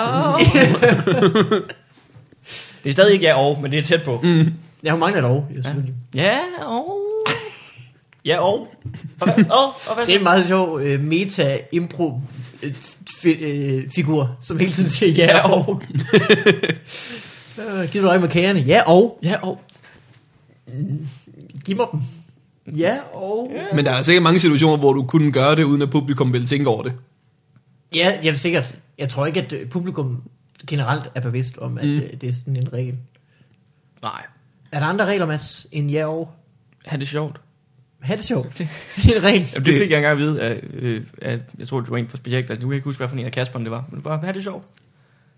S3: Det er stadig ikke ja og, men det er tæt på. Mm.
S2: Ja, hun mangler lov, jo selvfølgelig.
S3: Ja og. Ja og. Og hvad, og, og hvad
S2: Det er en
S3: så?
S2: meget sjov øh, meta-impro-figur, øh, som hele tiden siger ja
S3: Ja,
S2: og. øh, giv du øje med kagerne? Ja og. Mm,
S3: Ja og.
S2: Giv mig dem. Ja og.
S1: Men der er sikkert mange situationer, hvor du kunne gøre det, uden at publikum ville tænke over det.
S2: Ja, jamen sikkert. Jeg tror ikke, at øh, publikum generelt er bevidst om,
S3: Mm.
S2: at øh, det er sådan en regel.
S3: Nej.
S2: Er der andre regler, Mads, end ja og?
S3: Ha' det sjovt.
S2: Ha' det sjovt. det er en regel.
S3: Jamen, det
S1: Det-
S3: fik jeg engang at vide af, øh, af jeg tror det var en fra Spejekt, altså, nu kan jeg ikke huske, hvad for en af Kasperen det var, men bare, hvad er det sjovt?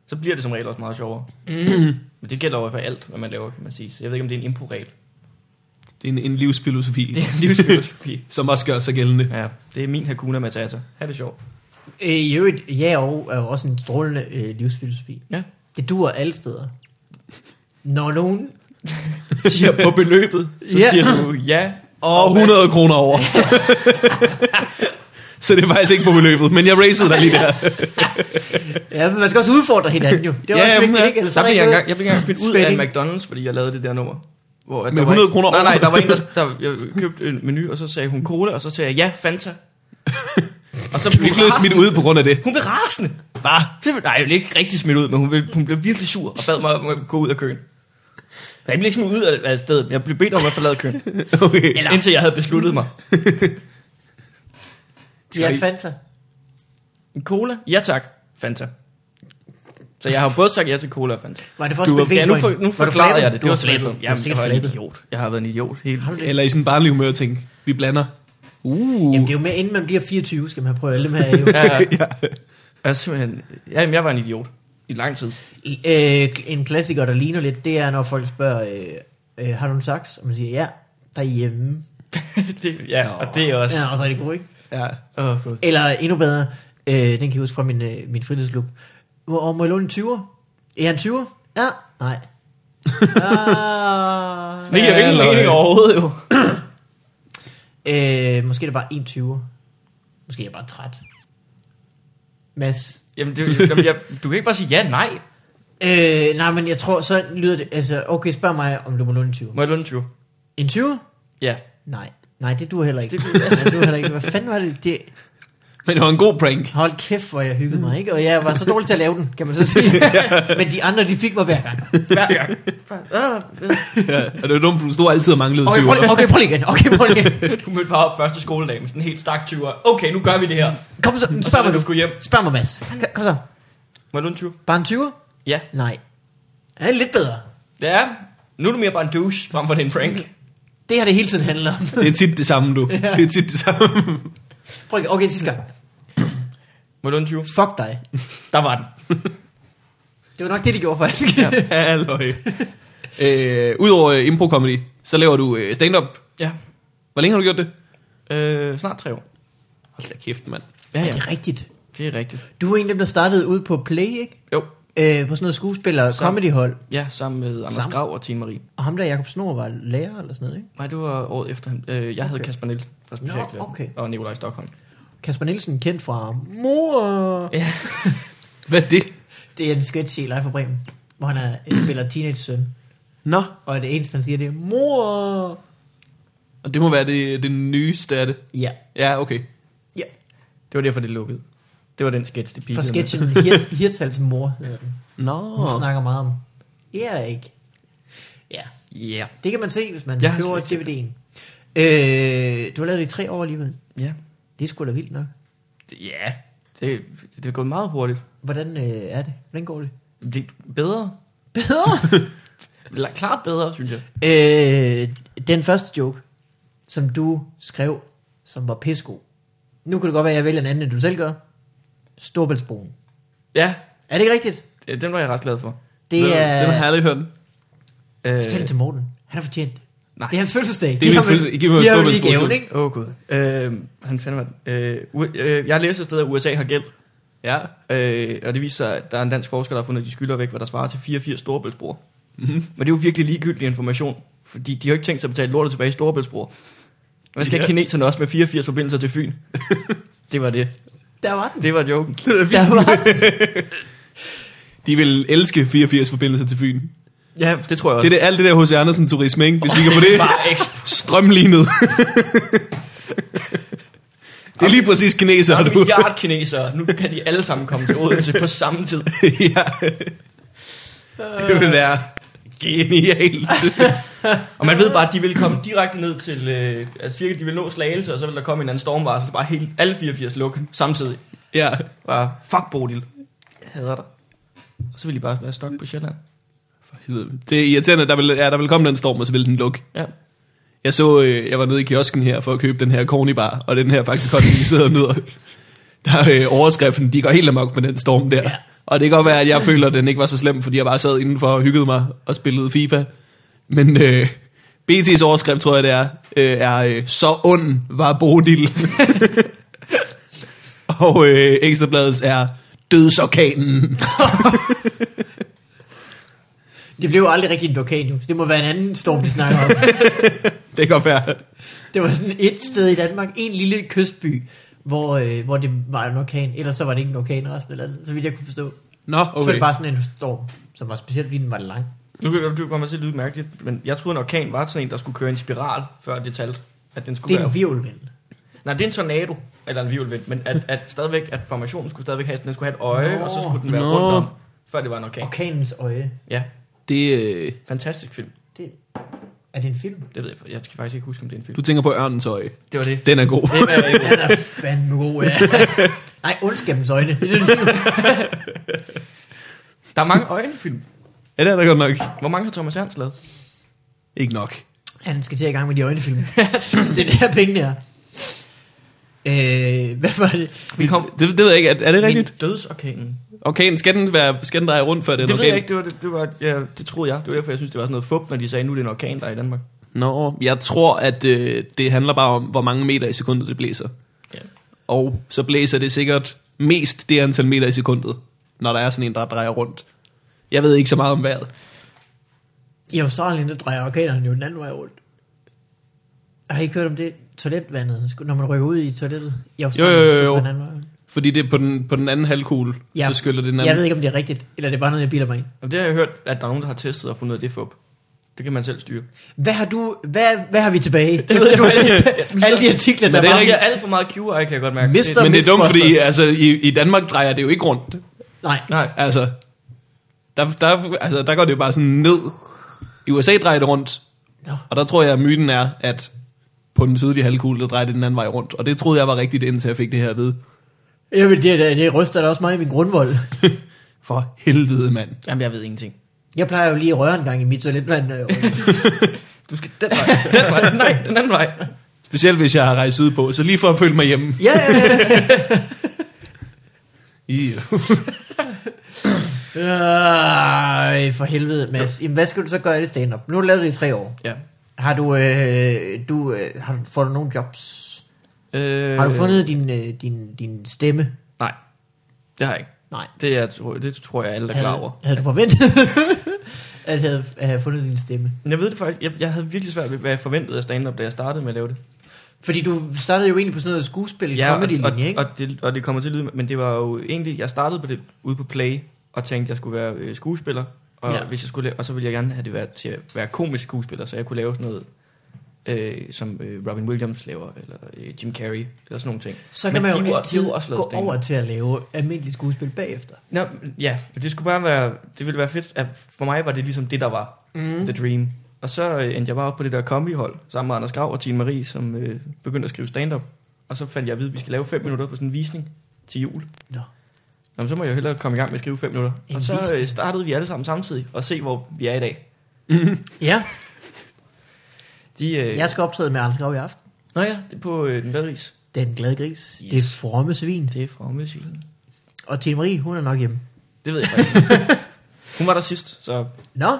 S3: Så bliver det som regel også meget sjovere. Mm. Men det gælder jo for alt, hvad man laver, kan man sige. Så jeg ved ikke, om det er en impro-regel.
S1: Det er en, en livsfilosofi,
S3: Det er en livsfilosofi.
S1: som også gør sig gældende.
S3: ja, det er min Hakuna Matata. Ha' det sjovt.
S2: Øh, I øvrigt, ja og er jo også en strålende øh, livsfilosofi.
S3: Ja.
S2: Det dur alle steder. Når nogen
S3: Siger på beløbet, så
S2: Ja.
S3: yeah. siger du ja.
S1: Og 100 kroner over. Så det er faktisk ikke på beløbet, men jeg racede dig lige der.
S2: Ja, men man skal også udfordre hinanden jo. Det er ja,
S1: Ja,
S2: også
S1: jamen,
S2: vigtigt,
S1: ja.
S2: ikke? Ellers er
S3: Der
S2: der
S3: blev
S2: ikke
S3: jeg,
S2: noget...
S3: engang, jeg blev engang smidt ud af en
S2: spænding.
S3: McDonald's, fordi jeg lavede det der nummer. Hvor, at
S1: Med
S3: der var
S1: 100
S3: en-
S1: kroner
S3: Nej, nej,
S1: over.
S3: der var en, der, der jeg købte en menu, og så sagde hun cola, og så sagde jeg ja, Fanta. og så
S1: Vi blev smidt ud på grund af det.
S3: Hun blev rasende. Bare. Simpelthen- Nej, jeg blev ikke rigtig smidt ud, men hun blev, hun blev virkelig sur og bad mig om at gå ud af køen. Jeg blev ikke smidt ud af, af stedet, men jeg blev bedt om at forlade køen,
S1: Okay.
S3: Eller... indtil jeg havde besluttet mig.
S2: Ja,
S1: Skal I-
S2: Fanta.
S3: En cola? Ja tak, Fanta. Så jeg har jo både sagt ja til cola og Fanta.
S2: Var det for at
S1: Du var-
S2: spille
S3: Ja, nu, for,
S2: Bitcoin?
S3: nu
S2: Var du
S3: forklarede
S2: flabet?
S3: jeg det.
S2: Du
S3: Det
S2: var
S3: var
S2: flabet.
S3: flabet.
S2: Du var
S3: Jamen, jeg
S2: sikkert
S3: var en
S2: flabet.
S3: idiot. Jeg har været en idiot hele.
S2: Har du det?
S1: Eller i sådan en barnlig humør tænke, vi blander. Uh.
S2: Jamen, det er jo med, inden man bliver 24, skal man prøve alle dem her. Jo.
S3: Ja, ja.
S1: ja.
S3: Jeg, er simpelthen, jamen, jeg var en idiot i lang tid.
S2: øh, en klassiker, der ligner lidt, det er, når folk spørger, øh, øh, har du en saks? Og man siger, ja, derhjemme.
S3: det, ja, Nå. og det er også...
S2: Ja, og så er det god, ikke?
S1: ja.
S3: Åh, Gud.
S2: Eller endnu bedre, øh, den kan jeg huske fra min, øh, min fritidsklub. Hvor og må jeg låne en 20'er? Er han 20'er? Ja. Nej. ah.
S3: det giver jo ingen
S1: Halløj.
S3: mening overhovedet, jo.
S2: Øh, måske er det bare en 20. Måske er jeg bare træt. Mads.
S3: Jamen, det, jamen jeg, du kan ikke bare sige ja, nej.
S2: Øh, nej, men jeg tror, så lyder det... Altså, okay, spørg mig, om du må låne en 20.
S3: Må jeg låne en 20?
S2: En 20?
S3: Ja.
S2: Nej. Nej, det du heller ikke.
S3: Det
S2: Det
S3: duer-
S2: du heller ikke. Hvad fanden var det? det?
S1: Men det var en god prank.
S2: Hold kæft, hvor jeg hyggede mig, ikke? Og jeg var så dårlig til at lave den, kan man så sige. Men de andre, de fik mig hver gang.
S3: Hver gang. Bare, "Åh, øh."
S1: Ja. Og det var dumt, for du stod altid og manglede
S2: Okay,
S1: 20.
S2: prøv lige, okay, prøv lige igen. Okay, prøv lige igen.
S3: Du mødte bare op første skoledag med sådan en helt stak 20 Okay, nu gør vi det her.
S2: Kom så,
S3: Og så
S2: spørg
S3: er
S2: mig,
S3: du
S2: du.
S3: skulle hjem.
S2: Spørg mig, Mads. Kom så.
S3: Må jeg låne en 20?
S2: Bare en 20?
S3: Ja.
S2: Nej. Ja, det er lidt bedre.
S3: Ja. Nu er du mere bare en douche, frem for det er en prank.
S2: Det har det hele tiden handler om.
S1: Det er tit det samme, du. Det er tit det samme.
S2: Prøv igen. Okay, sidste gang.
S3: Må jeg låne en 20?
S2: Fuck dig.
S3: Der var den.
S2: Det var nok det, de gjorde faktisk.
S1: Halløj. Øh, Udover øh, impro-comedy, så laver du øh, stand-up.
S3: Ja.
S1: Hvor længe har du gjort det?
S3: Øh, snart tre år.
S1: Hold da kæft, mand.
S3: Ja,
S2: Er
S3: ja.
S2: det rigtigt?
S3: Det er rigtigt.
S2: Du var en af dem, der startede ud på Play, ikke?
S3: Jo.
S2: Øh, på sådan noget skuespiller
S3: Sammen.
S2: comedyhold.
S3: Ja, sammen med Anders
S2: Sammen.
S3: Grav og Tine Marie.
S2: Og ham der, Jakob Snor, var lærer eller sådan noget, ikke?
S3: Nej, det var året efter. ham. Øh, jeg havde
S2: Okay.
S3: Kasper Nielsen fra specialklassen.
S2: okay.
S3: Og Nikolaj Stockholm.
S2: Kasper Nielsen, kendt fra Mor.
S3: Ja.
S1: Hvad er det?
S2: Det er en sketch i Life for Bremen, hvor han er, spiller teenage søn.
S1: Nå,
S2: Og det eneste, han siger, det er Mor.
S1: Og det må være det, det nyeste af det.
S2: Ja.
S1: Ja, okay.
S2: ja.
S3: Det var derfor, det lukkede. Det var den sketch, det
S2: For
S3: pigede med.
S2: sketchen Hirt, Hirtshals mor hedder den.
S1: Nå.
S2: Hun snakker meget om Erik. Ja,
S3: Ja.
S2: det kan man se, hvis man
S3: Jeg
S2: ja,
S3: har
S2: køber
S3: slet
S2: DVD'en. Øh, du har lavet det i tre år alligevel.
S3: Ja.
S2: Det er sgu da vildt nok.
S3: Ja. Det, det er gået meget hurtigt.
S2: Hvordan øh, er det? Hvordan går det?
S3: Det er bedre.
S2: Bedre?
S3: Eller klart bedre, synes jeg.
S2: øh, den første joke, som du skrev, som var pissegod. Nu kan det godt være, at jeg vælger en anden, end du selv gør. Storbæltsbroen.
S3: Ja,
S2: Er det ikke rigtigt?
S3: det- den var jeg ret glad for.
S2: Det
S1: Den-
S2: er...
S1: Den har jeg aldrig hørt.
S3: Øh,
S2: Fortæl det til Morten. Han har fortjent det.
S3: Nej.
S2: Det er hans fødselsdag.
S1: Det er min fødselsdag. Giv mig en
S2: Vi har jo lige
S1: Storebæltsbro
S2: gaven,
S1: til.
S2: ikke?
S3: Åh oh, gud. Øh, han fandme... Øh, U- øh, jeg læste et sted, at USA har gæld.
S1: Ja.
S3: Øh, og det viser sig, at der er en dansk forsker, der har fundet, at de skylder væk, hvad der svarer til 84 storebæltsbroer.
S1: Mhm.
S3: Mm-hmm. Men det er jo virkelig ligegyldig information, fordi de har ikke tænkt sig at betale lortet tilbage i storebæltsbroer. Hvad skal
S1: Ja.
S3: yeah. kineserne også med 84 forbindelser til Fyn? det var det.
S2: Der var den.
S3: Det var joken.
S2: Der var den.
S1: De vil elske 84 forbindelser til Fyn.
S3: Ja, det tror jeg
S1: Det er
S3: også.
S1: det, alt det der H.C. Andersen turisme, ikke? Hvis vi kan få det strømlignet. det er lige præcis
S3: Der
S1: kineser,
S3: er en
S1: du.
S3: milliard kinesere. Nu kan de alle sammen komme til Odense på samme tid.
S1: ja. Det vil være genialt.
S3: Og man ved bare, at de vil komme direkte ned til... Øh, altså cirka, de vil nå slagelse, og så vil der komme en anden stormvarsel. Bare helt, alle 84 luk samtidig.
S1: ja.
S3: Bare, fuck Bodil. Jeg hader dig. Og så vil de bare være stok på Sjælland.
S1: For helvede. Det er irriterende, der vil, ja, der vil komme den storm, og så vil den lukke.
S3: Ja.
S1: Jeg så, øh, jeg var nede i kiosken her for at købe den her cornibar, og den her faktisk kondensiserede nødder. Der er øh, overskriften, de går helt amok med den storm der. Ja. Og det kan godt være, at jeg føler, at den ikke var så slem, fordi jeg bare sad indenfor og hyggede mig og spillede FIFA. Men øh, BT's overskrift, tror jeg det er, øh, er øh, så ond var Bodil. og øh, Ekstrabladets er dødsorkanen.
S2: Det blev jo aldrig rigtig en vulkan nu, så det må være en anden storm, de snakker om.
S1: Det kan godt være.
S2: Det var sådan et sted i Danmark, en lille kystby, hvor, øh, hvor det var en orkan. Ellers så var det ikke en orkan resten af landet, så vidt jeg kunne forstå. Okay.
S1: Nå,
S2: Så var
S1: okay.
S2: det bare sådan en storm, som var specielt, fordi den var lang.
S3: Nu kan du kommer til at lyde mærkeligt, men jeg troede, en orkan var sådan en, der skulle køre en spiral, før det talte. At den
S2: Det
S3: skulle
S2: er en
S3: være...
S2: virvelvind.
S3: Nej, det er en tornado, eller en virvelvind, men at, at, stadigvæk, at formationen skulle stadigvæk have, den skulle have et øje,
S2: Nå.
S3: og så skulle den være
S1: Nå.
S3: rundt om, før det var en orkan.
S2: Orkanens øje.
S3: Ja,
S1: Det, øh,
S3: fantastisk film.
S2: Det, er det en film?
S3: Det ved jeg, jeg kan faktisk ikke huske, om det er en film.
S1: du tænker på ørnens øje.
S3: Det var det.
S1: Den er god.
S3: Den er
S2: Den er fandme god, ja. Nej, ondskabens øjne. Det er det, du siger.
S3: Der er mange øjenfilm.
S1: Ja, det er der godt nok.
S3: Hvor mange har Thomas Ernst lavet?
S1: Ikke nok.
S2: Han skal til i gang med de øjnefilm. det er der pengene er. Øh, hvad var det?
S3: Vi kom-
S1: Det, det ved jeg ikke. Er, er det rigtigt?
S3: Dødsorkanen.
S1: Orkanen, skal den, være, skal den dreje rundt, før det er
S3: Det
S1: en
S3: ved jeg
S1: orkan?
S3: ikke, det, var, det, det, var, ja, det troede jeg. Det var derfor, jeg synes, det var sådan noget fup, når de sagde, nu er det en orkan, der er i Danmark.
S1: Nå, jeg tror, at øh, det handler bare om, hvor mange meter i sekundet det blæser.
S3: Ja.
S1: Og så blæser det sikkert mest det antal meter i sekundet, når der er sådan en, der drejer rundt. Jeg ved ikke så meget om vejret.
S2: I Australien, der drejer orkanerne jo den anden vej rundt. Har I ikke hørt om det? Toiletvandet, sku- når man rykker ud i toilettet i Australien,
S1: Jo, jo, jo,
S2: så
S1: jo.
S2: går den anden vej rundt.
S1: Fordi det er på den, på den anden halvkugle,
S2: Ja.
S1: så skyller det den anden.
S2: Jeg ved ikke, om det er rigtigt, eller det er bare noget, jeg bilder mig ind.
S3: Og det har jeg hørt, at der er nogen, der har testet og fundet ud af det er fup. Det kan man selv styre.
S2: Hvad har du, hvad, hvad har vi tilbage? Det ved
S3: ved
S2: du
S3: jeg
S2: alle, alle de artikler, der
S3: Der
S2: var.
S3: er ikke alt for meget QI, kan jeg godt mærke.
S2: Mister-
S3: Det,
S1: Men det er dumt, fordi
S2: Mythbusters.
S1: altså, i, i Danmark drejer det jo ikke rundt.
S2: Nej,
S3: nej,
S1: Altså, der, der, altså, der går det jo bare sådan ned. I USA drejer det rundt,
S2: Nå.
S1: og der tror jeg, at myten er, at på den sydlige halvkugle, der drejer det den anden vej rundt. Og det troede jeg var rigtigt, indtil jeg fik det her at vide.
S2: Jamen, det, det, det ryster da også meget i min grundvold.
S1: For helvede, mand.
S3: jamen jeg ved ingenting.
S2: Jeg plejer jo lige at røre en gang i mit toiletvand. øh, når jeg rykker.
S3: Du skal den vej, den vej, nej, den anden vej.
S1: Specielt hvis jeg har rejst ud på, så lige for at føle mig hjemme.
S2: ja, ja, ja.
S1: Yeah.
S2: Øh, for helvede, Mads. Jamen, hvad skal du så gøre i stand-up? Nu har du lavet det i tre år.
S3: Ja.
S2: Har du, øh, du, øh, har du, får du nogle jobs?
S3: Øh,
S2: Har du fundet din, øh, din, din stemme?
S3: Nej, det har jeg ikke.
S2: Nej.
S3: Det, er, tror- det tror jeg, alle er klar over.
S2: Havde, havde du forventet, at have, at have fundet din stemme?
S3: Men jeg ved det faktisk, jeg, jeg havde virkelig svært ved, hvad jeg forventede af stand-up, da jeg startede med at lave det.
S2: Fordi du startede jo egentlig på sådan noget skuespil i ja,
S3: og, og,
S2: comedy-linje, ikke?
S3: og, det, og det kommer til at lyde, men det var jo egentlig, jeg startede på det, ude på Play, og tænkte, jeg skulle være øh, skuespiller, og,
S2: Ja.
S3: ja. hvis jeg skulle, la- og så ville jeg gerne have det været til at være komisk skuespiller, så jeg kunne lave sådan noget øh, som øh, Robin Williams laver, eller øh, Jim Carrey, eller sådan nogle ting.
S2: Så
S3: Men
S2: kan man
S3: de
S2: jo
S3: var-
S2: altid
S3: de var også lavet
S2: gå
S3: stand-up.
S2: over til at lave almindeligt skuespil bagefter.
S3: Nå, ja, men det skulle bare være, det ville være fedt, at for mig var det ligesom det, der var mm. The Dream. Og så øh, endte jeg bare op på det der kombihold, sammen med Anders Grav og Tine Marie, som øh, begyndte at skrive stand-up. Og så fandt jeg at vide, at vi skal lave 5 minutter på sådan en visning til jul.
S2: Nå.
S3: Nå, men så må jeg jo hellere komme i gang med at skrive 5 minutter.
S2: En
S3: og så øh,
S2: visning.
S3: startede vi alle sammen samtidig, og se hvor vi er i dag.
S2: Ja,
S3: De, øh,
S2: jeg skal optræde med Anders Grav i aften.
S3: Nå ja, det er på øh, den badris.
S2: Den glade gris.
S3: Yes.
S2: Yes. Det fromme svin.
S3: Det er fra Omødsvilen.
S2: Og Tine Marie, hun er nok hjemme.
S3: Det ved jeg faktisk. Hun var der sidst, så
S2: Nå,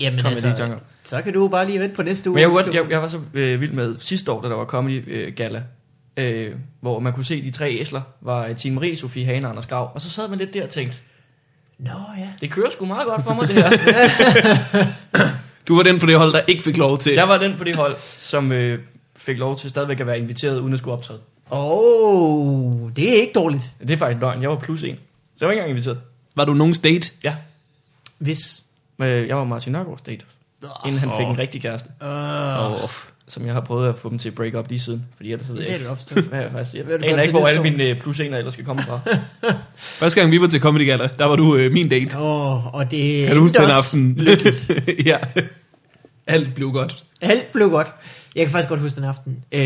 S2: jamen
S3: kom jeg lige i
S2: altså,
S3: tanke om.
S2: så kan du jo bare lige vente på næste uge.
S3: Men jeg, kunne godt, jeg, jeg var så øh, vild med sidste år, da der var Comedy øh, Gala, øh, hvor man kunne se de tre æsler, var øh, Tine Marie, Sofie Hane og Anders Grav. Og så sad man lidt der og tænkte,
S2: Nå ja.
S3: det kører sgu meget godt for mig det her.
S1: Du var den på det hold, der ikke fik lov til.
S3: jeg var den på det hold, som øh, fik lov til stadigvæk at være inviteret, uden at skulle optræde.
S2: Åh, oh, det er ikke dårligt.
S3: Det er faktisk løgn, jeg var plus en. Så jeg var ikke engang inviteret.
S1: Var du nogen date?
S3: Ja,
S2: Hvis...
S3: men øh, jeg var Martin Nørgaards date, inden han fik en rigtig kæreste.
S2: Øh,
S3: Oh. Som jeg har prøvet at få dem til at break up lige siden, fordi ellers så ved jeg
S2: det er
S3: ikke.
S2: det ofte.
S3: Hvad jeg, faktisk, jeg
S2: Hvad vil du
S3: aner
S2: gøre til
S3: ikke, hvor alle
S2: næste år?
S3: mine øh, plus ener ellers skal komme fra.
S1: Første gang vi var til Comedy Gala, der var du øh, min date.
S2: Åh, og det
S1: Kan du huske
S2: endte
S1: den
S2: også
S1: aften?
S2: Lykkeligt.
S1: ja. Alt blev godt.
S2: Alt blev godt. Jeg kan faktisk godt huske den aften. Øh,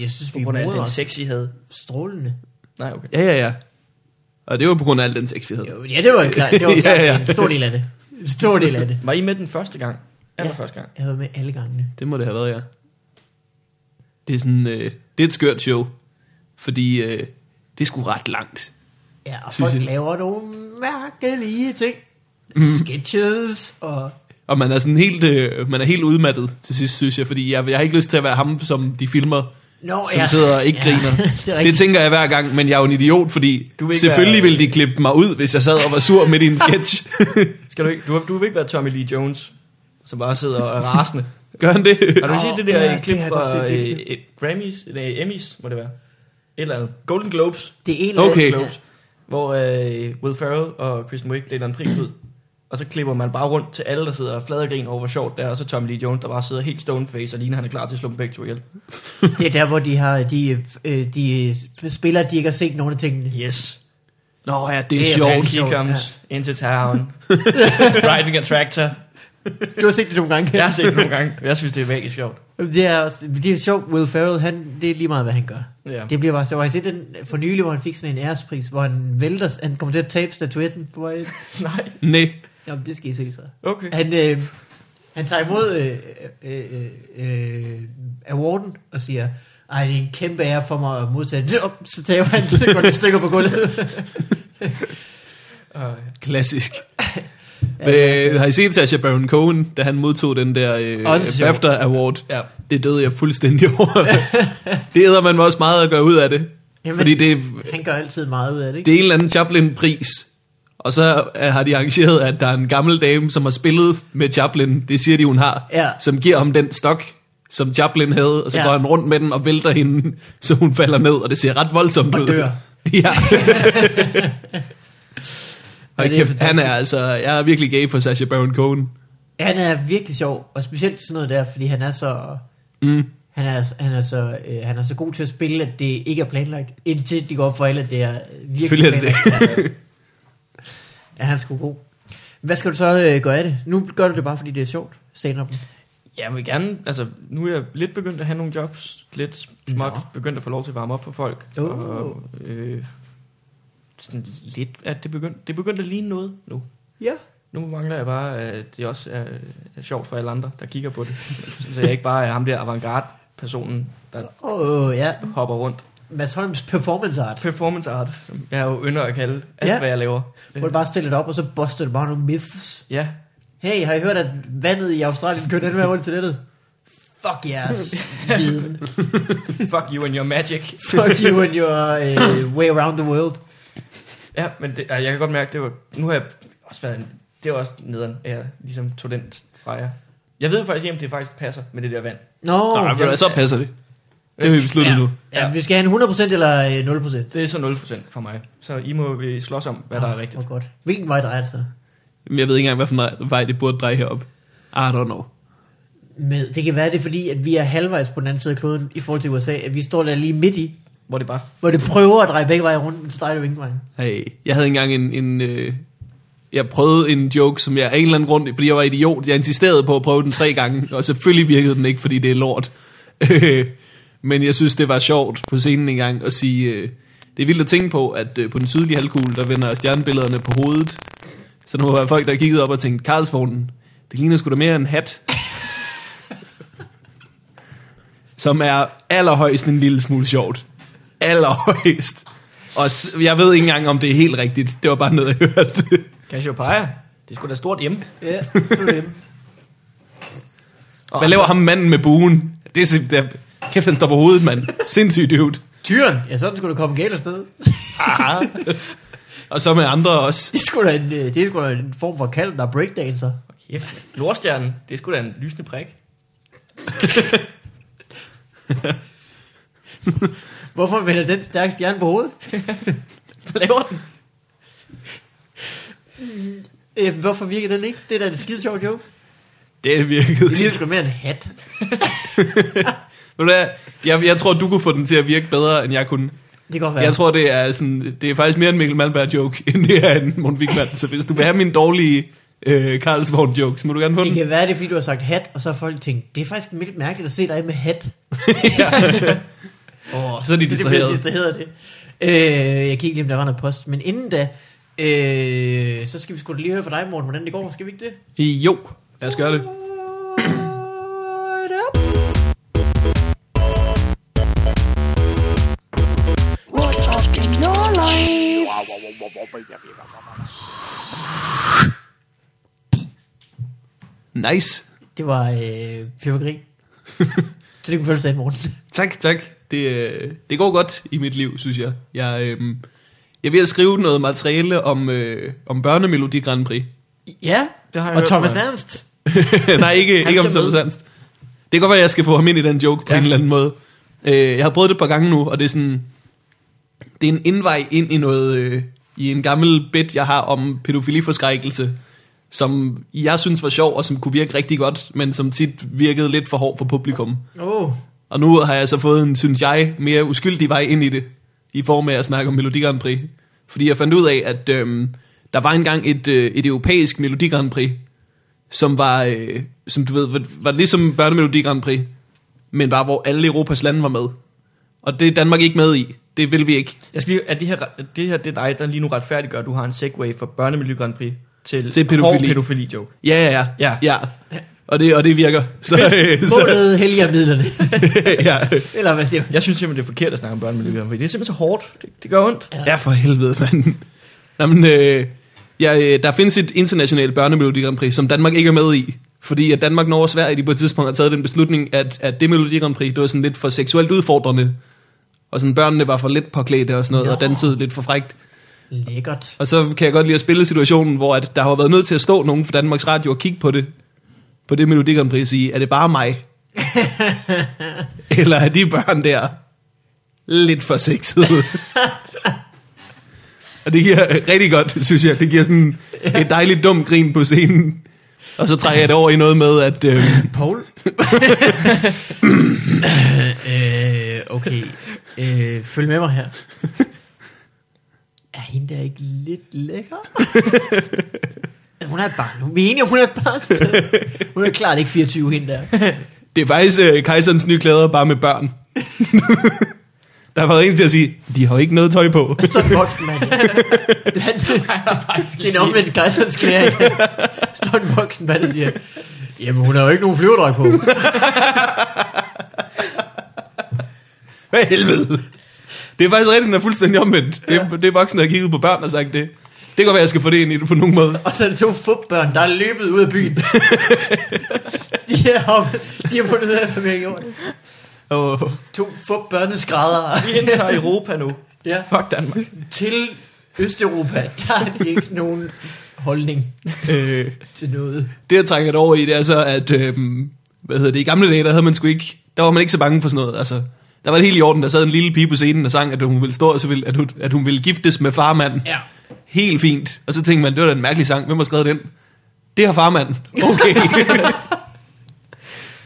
S2: jeg synes,
S3: På
S2: vi
S3: grund af al
S2: modede
S3: den
S2: os
S3: sex, I havde.
S2: strålende.
S3: Nej, okay.
S1: Ja, ja, ja. Og det var på grund af al den sex, vi havde.
S2: Jo, ja, det var klart. Det var
S1: Ja,
S2: klart. ja,
S1: ja.
S2: ja. en stor del af det. En stor del af det.
S3: Var I med den første gang? Aller
S2: Ja.
S3: første gang?
S2: Jeg var med alle gangene.
S1: Det må det have været, ja. Det er sådan, øh, det er et skørt show, fordi øh, det er sgu ret langt.
S2: Ja, og
S1: Synes
S2: folk
S1: jeg.
S2: laver nogle mærkelige ting. Sketches og...
S1: Og man er sådan helt, øh, man er helt udmattet til sidst, synes jeg, fordi jeg, jeg har ikke lyst til at være ham, som de filmer,
S2: Nå,
S1: som sidder og ikke
S2: ja,
S1: griner.
S2: det er
S1: Det
S2: rigtigt.
S1: tænker jeg hver gang, men jeg er jo en idiot, fordi
S3: Du vil ikke
S1: selvfølgelig
S3: være-
S1: ville de klippe mig ud, hvis jeg sad og var sur midt i en sketch.
S3: Skal du ikke, du, du vil ikke være Tommy Lee Jones, som bare sidder og er rasende.
S1: Gør han det?
S3: Har du
S2: Nå,
S3: set det der
S2: ja,
S3: ja, klip
S2: det har jeg
S3: fra
S2: godt set,
S3: øh,
S2: det
S3: øh, Grammys, eller Emmys, må det være? Et eller andet. Golden Globes,
S2: Det er en
S1: Okay.
S2: af-
S3: Globes hvor øh, Will Ferrell og Kristen Wiig deler en pris ud. Og så klipper man bare rundt til alle, der sidder og flader grin over, hvor sjovt det er. Og så Tommy Lee Jones, der bare sidder helt stoneface, og ligner, han er klar til at slå dem begge to ihjel.
S2: Det er der, hvor de har de, øh, de spillere, de ikke har set nogen af tingene.
S3: Yes.
S1: Nå ja, det er
S2: Det er
S1: sjovt.
S3: And
S2: sjovt,
S3: he comes ja. into town, riding a tractor.
S2: Du har set det nogle gange.
S3: Jeg har set det nogle gange, og jeg synes, det er magisk sjovt.
S2: Det er, også- det er sjovt, Will Ferrell, han, det er lige meget, hvad han gør.
S3: Ja.
S2: Det bliver bare så. Har I set den for nylig, hvor han fik sådan en ærespris, hvor han vælter, han kommer til at tabe statuetten på vej ind?
S3: Nej.
S1: Nej.
S2: Jamen, det skal I se så.
S3: Okay.
S2: Han, øh, han tager imod øh, øh, øh, øh, awarden og siger, ej, det er en kæmpe ære for mig at modtage den. Op, så tager han det går det stykker på gulvet.
S3: Uh,
S1: Klassisk. Øh, har I set Sacha Baron Cohen, da han modtog den der øh,
S2: Også sjovt.
S1: BAFTA Award?
S3: ja.
S1: Det døde jeg fuldstændig over. det æder man også meget at gøre ud af det. Jamen,
S2: Jamen.
S1: fordi det,
S2: Han gør altid meget ud af det, ikke?
S1: det er en eller anden Chaplin-pris. Og så øh, har de arrangeret, at der er en gammel dame, som har spillet med Chaplin. Det siger de, hun har.
S2: Ja.
S1: Som giver ham den stok, som Chaplin havde. Og så ja.
S2: Ja.
S1: går han rundt med den og vælter hende, så hun falder ned. Og det ser ret voldsomt
S2: Og
S1: ud.
S2: dør.
S1: Ja. Og
S2: det er
S1: kæft, han er
S2: fantastisk.
S1: altså, jeg er virkelig gay for Sacha Baron Cohen.
S2: Ja, han er virkelig sjov, og specielt sådan noget der, fordi han er så...
S1: Mm.
S2: Han er, han, er så, øh, han er så god til at spille, at det ikke er planlagt, indtil de går op for alle, at det er øh, virkelig
S1: Selvfølgelig er det
S2: planlagt. ja, han er sgu god. Hvad skal du så øh, gøre af det? Nu gør du det bare, fordi det er sjovt, senere.
S3: Ja, jeg vil gerne, altså nu er jeg lidt begyndt at have nogle jobs, lidt småt
S2: Nå.
S3: begyndt at få lov til at varme op på folk.
S2: Uh.
S3: Og, øh, sådan lidt, at det begyndte, det begyndte at ligne noget nu.
S2: Ja.
S3: Nu mangler jeg bare, at det også er, er sjovt for alle andre, der kigger på det. Så jeg ikke bare er ham der avantgarde-personen, der
S2: Åh, oh, ja.
S3: hopper rundt.
S2: Mads Holms performance art.
S3: Performance art, som jeg jo ynder at kalde alt, ja.
S2: Ja.
S3: hvad jeg laver.
S2: Hvor du bare stiller det op, og så buster du bare nogle myths.
S3: Ja,
S2: Hey, har I hørt, at vandet i Australien kører den med rundt til nettet? Fuck jeres viden.
S3: fuck you and your magic.
S2: Fuck you and your øh, way around the world.
S3: Ja, men det, ej, jeg kan godt mærke, det var, nu har jeg også været en, det var også nederen, at jeg ligesom tog den fra jer. Jeg ved faktisk ikke, om det faktisk passer med det der vand.
S2: Nå, no,
S1: Nej,
S3: ja.
S1: men altså, så passer det. Det har vi besluttet
S3: Ja.
S1: ja. nu.
S2: Ja, vi skal have en 100% eller øh, 0%.
S3: Det er så 0% for mig. Så I må øh, slås om, hvad der er rigtigt.
S2: Hvor godt. Hvilken vej drejer det sig?
S1: Men Jeg ved ikke engang, hvilken vej det burde dreje herop. I don't know.
S2: med. Det kan være, det er fordi, at vi er halvvejs på den anden side af kloden i forhold til USA, at vi står der lige midt i,
S3: Hvor det bare...
S2: hvor det prøver at dreje begge veje rundt, men så drejer det jo ingen vej.
S1: Hey, jeg havde engang en... en øh, jeg prøvede en joke, som jeg af en eller anden grund, fordi jeg var idiot, jeg insisterede på at prøve den tre gange, og selvfølgelig virkede den ikke, fordi det er lort. Øh, Men jeg synes, det var sjovt på scenen engang at sige, øh, det er vildt at tænke på, at øh, på den sydlige halvkugle, der vender stjernebillederne på hovedet. Så der må være folk, der kiggede op og tænkte, Karlsvognen, det ligner sgu da mere en hat. som er allerhøjst en lille smule sjovt. Allerhøjst. Og s- jeg ved ikke engang, om det er helt rigtigt. Det var bare noget, jeg hørte.
S3: Cassiopeia. Det er sgu da stort hjemme.
S2: Ja, stod det hjemme.
S1: Hvad laver ham manden med buen? Det er simpelthen... Kæft, han står på hovedet, mand. Sindssygt dude.
S2: Tyren, ja, sådan skulle du komme galt afsted.
S1: Og så med andre også.
S2: Det er sgu da en, øh, det er sgu da en form for kald, der er breakdancer.
S3: Kæft. Nordstjernen. Det er sgu da en lysende prik.
S2: Hvorfor vender den stærke stjerne på hovedet?
S3: Hvad laver den?
S2: Øh, hvorfor virker den ikke? Det er da en skide sjov joke.
S1: Det virkede
S2: Det ligner sgu da mere en hat.
S1: Ved du hvad? Jeg, jeg tror, du kunne få den til at virke bedre, end jeg kunne.
S2: Det kan godt
S1: Ja.
S2: være.
S1: Jeg tror, det er, sådan, det er faktisk mere en Mikkel Malmberg-joke, end det er en Morten Wigman. Så hvis du vil have min dårlige øh, Karlsvogn-joke, så må du gerne få
S2: det
S1: den.
S2: kan være, det er, fordi du har sagt hat, og så har folk tænkt, det er faktisk lidt mærkeligt at se dig med hat.
S1: Åh, så er de
S2: Det bliver
S1: distraheret.
S2: distraheret af det. Øh, jeg kiggede lige, om der var noget post. Men inden da, øh, så skal vi sgu da lige høre fra dig, Morten, hvordan det går. Skal vi ikke det?
S1: Jo, lad os gøre det. Nice.
S2: Det var øh, fyrværkeri. så det kunne føles af i morgen.
S1: Tak, tak. Det, øh, det går godt i mit liv, synes jeg. Jeg, øh, jeg er ved at skrive noget materiale om, øh, om børnemelodi Grand Prix.
S2: Ja,
S3: Det har jeg
S2: og
S3: hørt
S2: Thomas
S3: fra.
S2: Ernst.
S1: Nej, ikke, ikke om
S2: skal
S1: Thomas
S2: med.
S1: Ernst. Det kan godt være, at jeg skal få ham ind i den joke på ja.
S3: Ja.
S1: en eller anden måde. Øh, jeg har prøvet det et par gange nu, og det er sådan... Det er en indvej ind i noget... Øh, I en gammel bit, jeg har om pædofiliforskrækkelse, som jeg synes var sjov, og som kunne virke rigtig godt, men som tit virkede lidt for hård for publikum.
S2: Åh, oh,
S1: Og nu har jeg så fået en, synes jeg, mere uskyldig vej ind i det, i form af at snakke om Melodi Grand Prix. Fordi jeg fandt ud af, at øhm, der var engang et, øh, et europæisk Melodi Grand Prix, som var, øh, som du ved, var, var ligesom Børnemelodi Grand Prix, men bare hvor alle Europas lande var med. Og det er Danmark ikke med i. Det vil vi ikke.
S3: Jeg skal lige... Er det her, er det her det er dig, der lige nu retfærdiggør, at du har en segway fra børnemiljø Grand Prix til,
S1: Til pædofili.
S3: hård pædofili-joke?
S1: Ja, ja, ja.
S3: Ja.
S1: ja. Og, det, og det virker. Så, øh, så,
S2: målet helliger midlerne.
S1: ja.
S2: Eller hvad siger du?
S3: Jeg synes simpelthen, det er forkert at snakke om børnemiljø Grand Prix. Det er simpelthen så hårdt. Det, det gør ondt.
S1: Ja, for helvede, mand. Jamen, øh, ja, øh, der findes et internationalt børnemelodi Grand Prix, som Danmark ikke er med i. Fordi at Danmark, Norge og Sverige, de på et tidspunkt har taget den beslutning, at, at det Melodi Grand Prix, det var sådan lidt for seksuelt udfordrende. Og sådan børnene var for lidt påklædte og sådan noget, og
S2: Nå.
S1: dansede lidt for frægt.
S2: Lækkert.
S1: Og så kan jeg godt lide at spille situationen, hvor at der har været nødt til at stå nogen fra Danmarks Radio og kigge på det. På det Melodi Grand Prix og sige, er det bare mig? Eller er de børn der lidt for sexede? og det giver rigtig godt, synes jeg. Det giver sådan et dejligt dumt grin på scenen. Og så trækker jeg det over i noget med, at... Øh,
S2: Paul? øh, okay. Øh, følg med mig her. Er hende der ikke lidt lækker? hun er et barn. Vi er enige om, hun er et barn. Hun er klart ikke 24, hende der.
S1: det er faktisk øh, kejserens nye klæder, bare med børn. der har været en til at sige, de har jo ikke noget tøj på.
S2: Så er en voksen mand. Blandt, det er en omvendt kejserens klæring. Står en voksen mand og siger, jamen hun har jo ikke nogen flyverdrag på.
S1: Hvad i helvede? Det er faktisk rigtigt, den er fuldstændig omvendt. Det er, ja. det er voksne, der har kigget på børn og sagt det. Det kan godt være, jeg skal få det ind i det på nogen måde.
S2: Og så er det to fupbørn, der er løbet ud af byen. de, er hoppet, de har fundet ud af, hvad vi har gjort.
S1: Oh,
S2: To fupbørneskrædder.
S3: Vi indtager Europa nu.
S2: Ja.
S3: Fuck Danmark.
S2: Til Østeuropa, der er det ikke nogen holdning
S1: øh,
S2: til noget.
S1: det, jeg trækker det over i, det er så, at... Øh, hvad hedder det? I gamle dage, der havde man sgu ikke... Der var man ikke så bange for sådan noget, altså... Der var det helt i orden, der sad en lille pige på scenen og sang, at hun ville stå, og så ville, at, hun, at hun ville giftes med farmand.
S2: Ja.
S1: Helt fint. Og så tænkte man, det var da en mærkelig sang. Hvem har skrevet den? Det har farmand. Okay.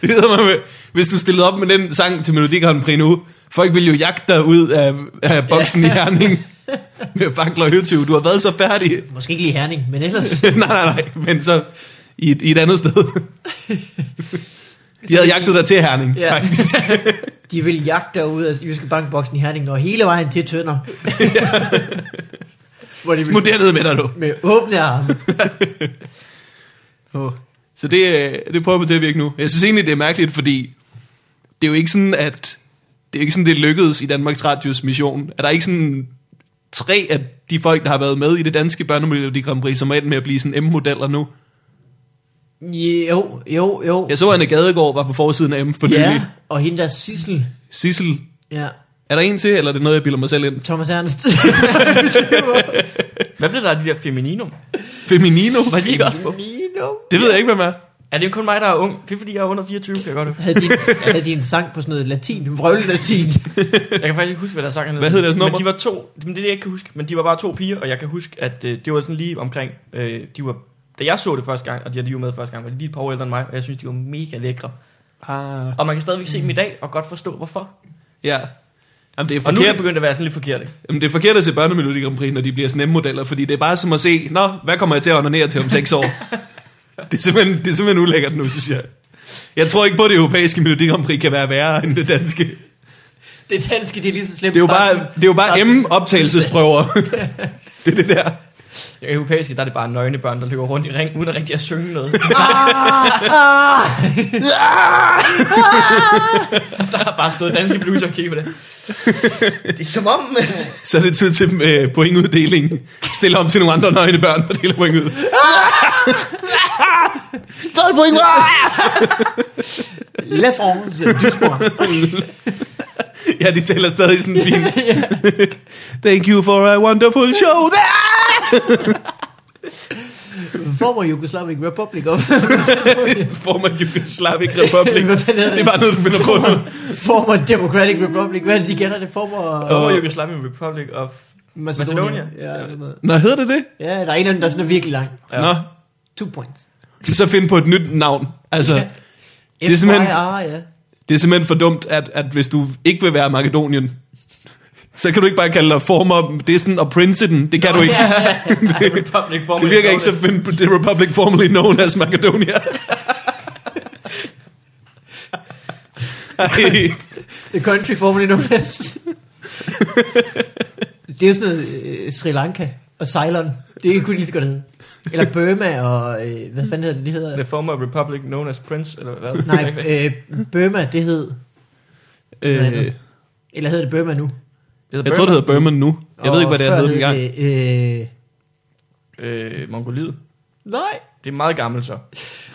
S1: Det hedder man med, hvis du stillede op med den sang til Melodi Grand Prix nu, folk ville jo jagte dig ud af, af boksen i Herning med fakler og høtyv. Du har været så færdig.
S2: Måske ikke lige Herning, men ellers...
S1: nej, nej, nej, men så i et, i et andet sted. De havde jagtet dig til Herning,
S2: Ja.
S1: ja. faktisk.
S2: De vil jagte dig ud af Jyske Bankboksen i Herning, når hele vejen til Tønder. Hvor de vil
S1: Smut dernede med dig nu.
S2: med åbne arme.
S1: Åh. Så det, øh, det prøver vi til at virke nu. Jeg synes egentlig, det er mærkeligt, fordi det er jo ikke sådan, at det er jo ikke sådan, det lykkedes i Danmarks Radios mission. Er der ikke sådan tre af de folk, der har været med i det danske børnemelodi Grand Prix, som er endt med at blive sådan M-modeller nu?
S2: Jo, jo, jo.
S1: Jeg så, at Anne Gadegaard var på forsiden af M for nylig.
S2: ja, og hende der Sissel.
S1: Sissel,
S2: Ja,
S1: er der en til, eller er det noget, jeg bilder mig selv ind?
S2: Thomas Ernst.
S3: Hvad blev der af de der femininum?
S1: Feminino?
S3: Var de ikke også på?
S2: Nino.
S1: Det ved jeg ikke, hvem er.
S3: Er det kun mig, der er ung? Det er fordi, jeg er under 24, kan jeg godt høre.
S2: Havde de, en, havde de en sang på sådan noget latin, vrøvle-latin?
S3: Jeg kan faktisk ikke huske, hvad der sang.
S1: Hvad hed deres nummer?
S3: Men de var to, det er det, jeg ikke kan huske, men de var bare to piger, og jeg kan huske, at øh, det var sådan lige omkring, øh, de var, da jeg så det første gang, og de havde lige med første gang, var de lige et par år ældre end mig, og jeg synes, de var mega lækre.
S1: Ah.
S3: Og man kan stadigvæk se dem i dag, og godt forstå, hvorfor.
S1: Ja. Jamen, det er
S3: Og nu er de
S1: forkert.
S3: begyndt at være sådan lidt forkerte.
S1: Jamen, det er forkert at se børnemelodi Grand Prix, når de bliver sådan M-modeller, fordi det er bare som at se, nå, hvad kommer jeg til at onanere til om seks år? det, er simpelthen, det er simpelthen ulækkert nu, synes jeg. Jeg tror ikke på, at det europæiske Melodi Grand Prix kan være værre end det danske. Det
S2: Det danske, det er lige så slemt.
S1: er jo bare, det er jo bare M-optagelsesprøver. det er det der.
S3: I europæiske, der er det bare nøgne børn, der løber rundt i ring, uden at rigtig at synge noget. Ah! der har bare stået danske bluser og kigget på det. Det er som om...
S1: Så er det tid til øh, pointuddeling. Stille om til nogle andre nøgne børn, og deler point ud.
S2: 12 point! La France, dysmor.
S1: Ja, de taler stadig sådan fint. Thank you for a wonderful show.
S2: Former Yugoslavic Republic of...
S1: Former Yugoslavic Republic.
S2: Hvad fanden hedder det?
S1: Det er bare noget, du finder på nu.
S2: Former Democratic Republic. Hvad er det, de kalder det? Former...
S3: Over Yugoslavian Republic of...
S2: Macedonia.
S3: Macedonia.
S2: Ja, sådan noget.
S1: Nå, hedder det det?
S2: ja, der er en af dem, der sådan er virkelig lang.
S1: Ja. Nå,
S2: Two points.
S1: så find på et nyt navn. Altså, ja.
S2: Det
S1: er simpelthen-
S2: ja.
S1: det er simpelthen for dumt, at, at hvis du ikke vil være Makedonien, så kan du ikke bare kalde dig former Disney og Princeton. Det kan Nå, du ikke.
S2: Ja,
S3: Republic for
S1: Det virker ikke så fedt. The Republic formerly known as Macedonia. Ej,
S2: The country formerly known as. det er jo sådan noget øh, Sri Lanka og Ceylon. Det kunne lige så godt hedde. Eller Burma og... Øh, hvad fanden hedder det, det hedder?
S3: The former Republic known as Prince, eller hvad?
S2: Nej, øh, Burma, det hed...
S1: øh,
S2: Eller hedder det Burma nu?
S1: jeg tror, det hedder Burma nu. Jeg ved ikke, hvad det
S2: Og
S1: hedder
S2: før
S1: engang.
S2: det, øh,
S3: hedder... Øh, Mongoliet.
S2: Nej.
S3: Det er meget gammelt så.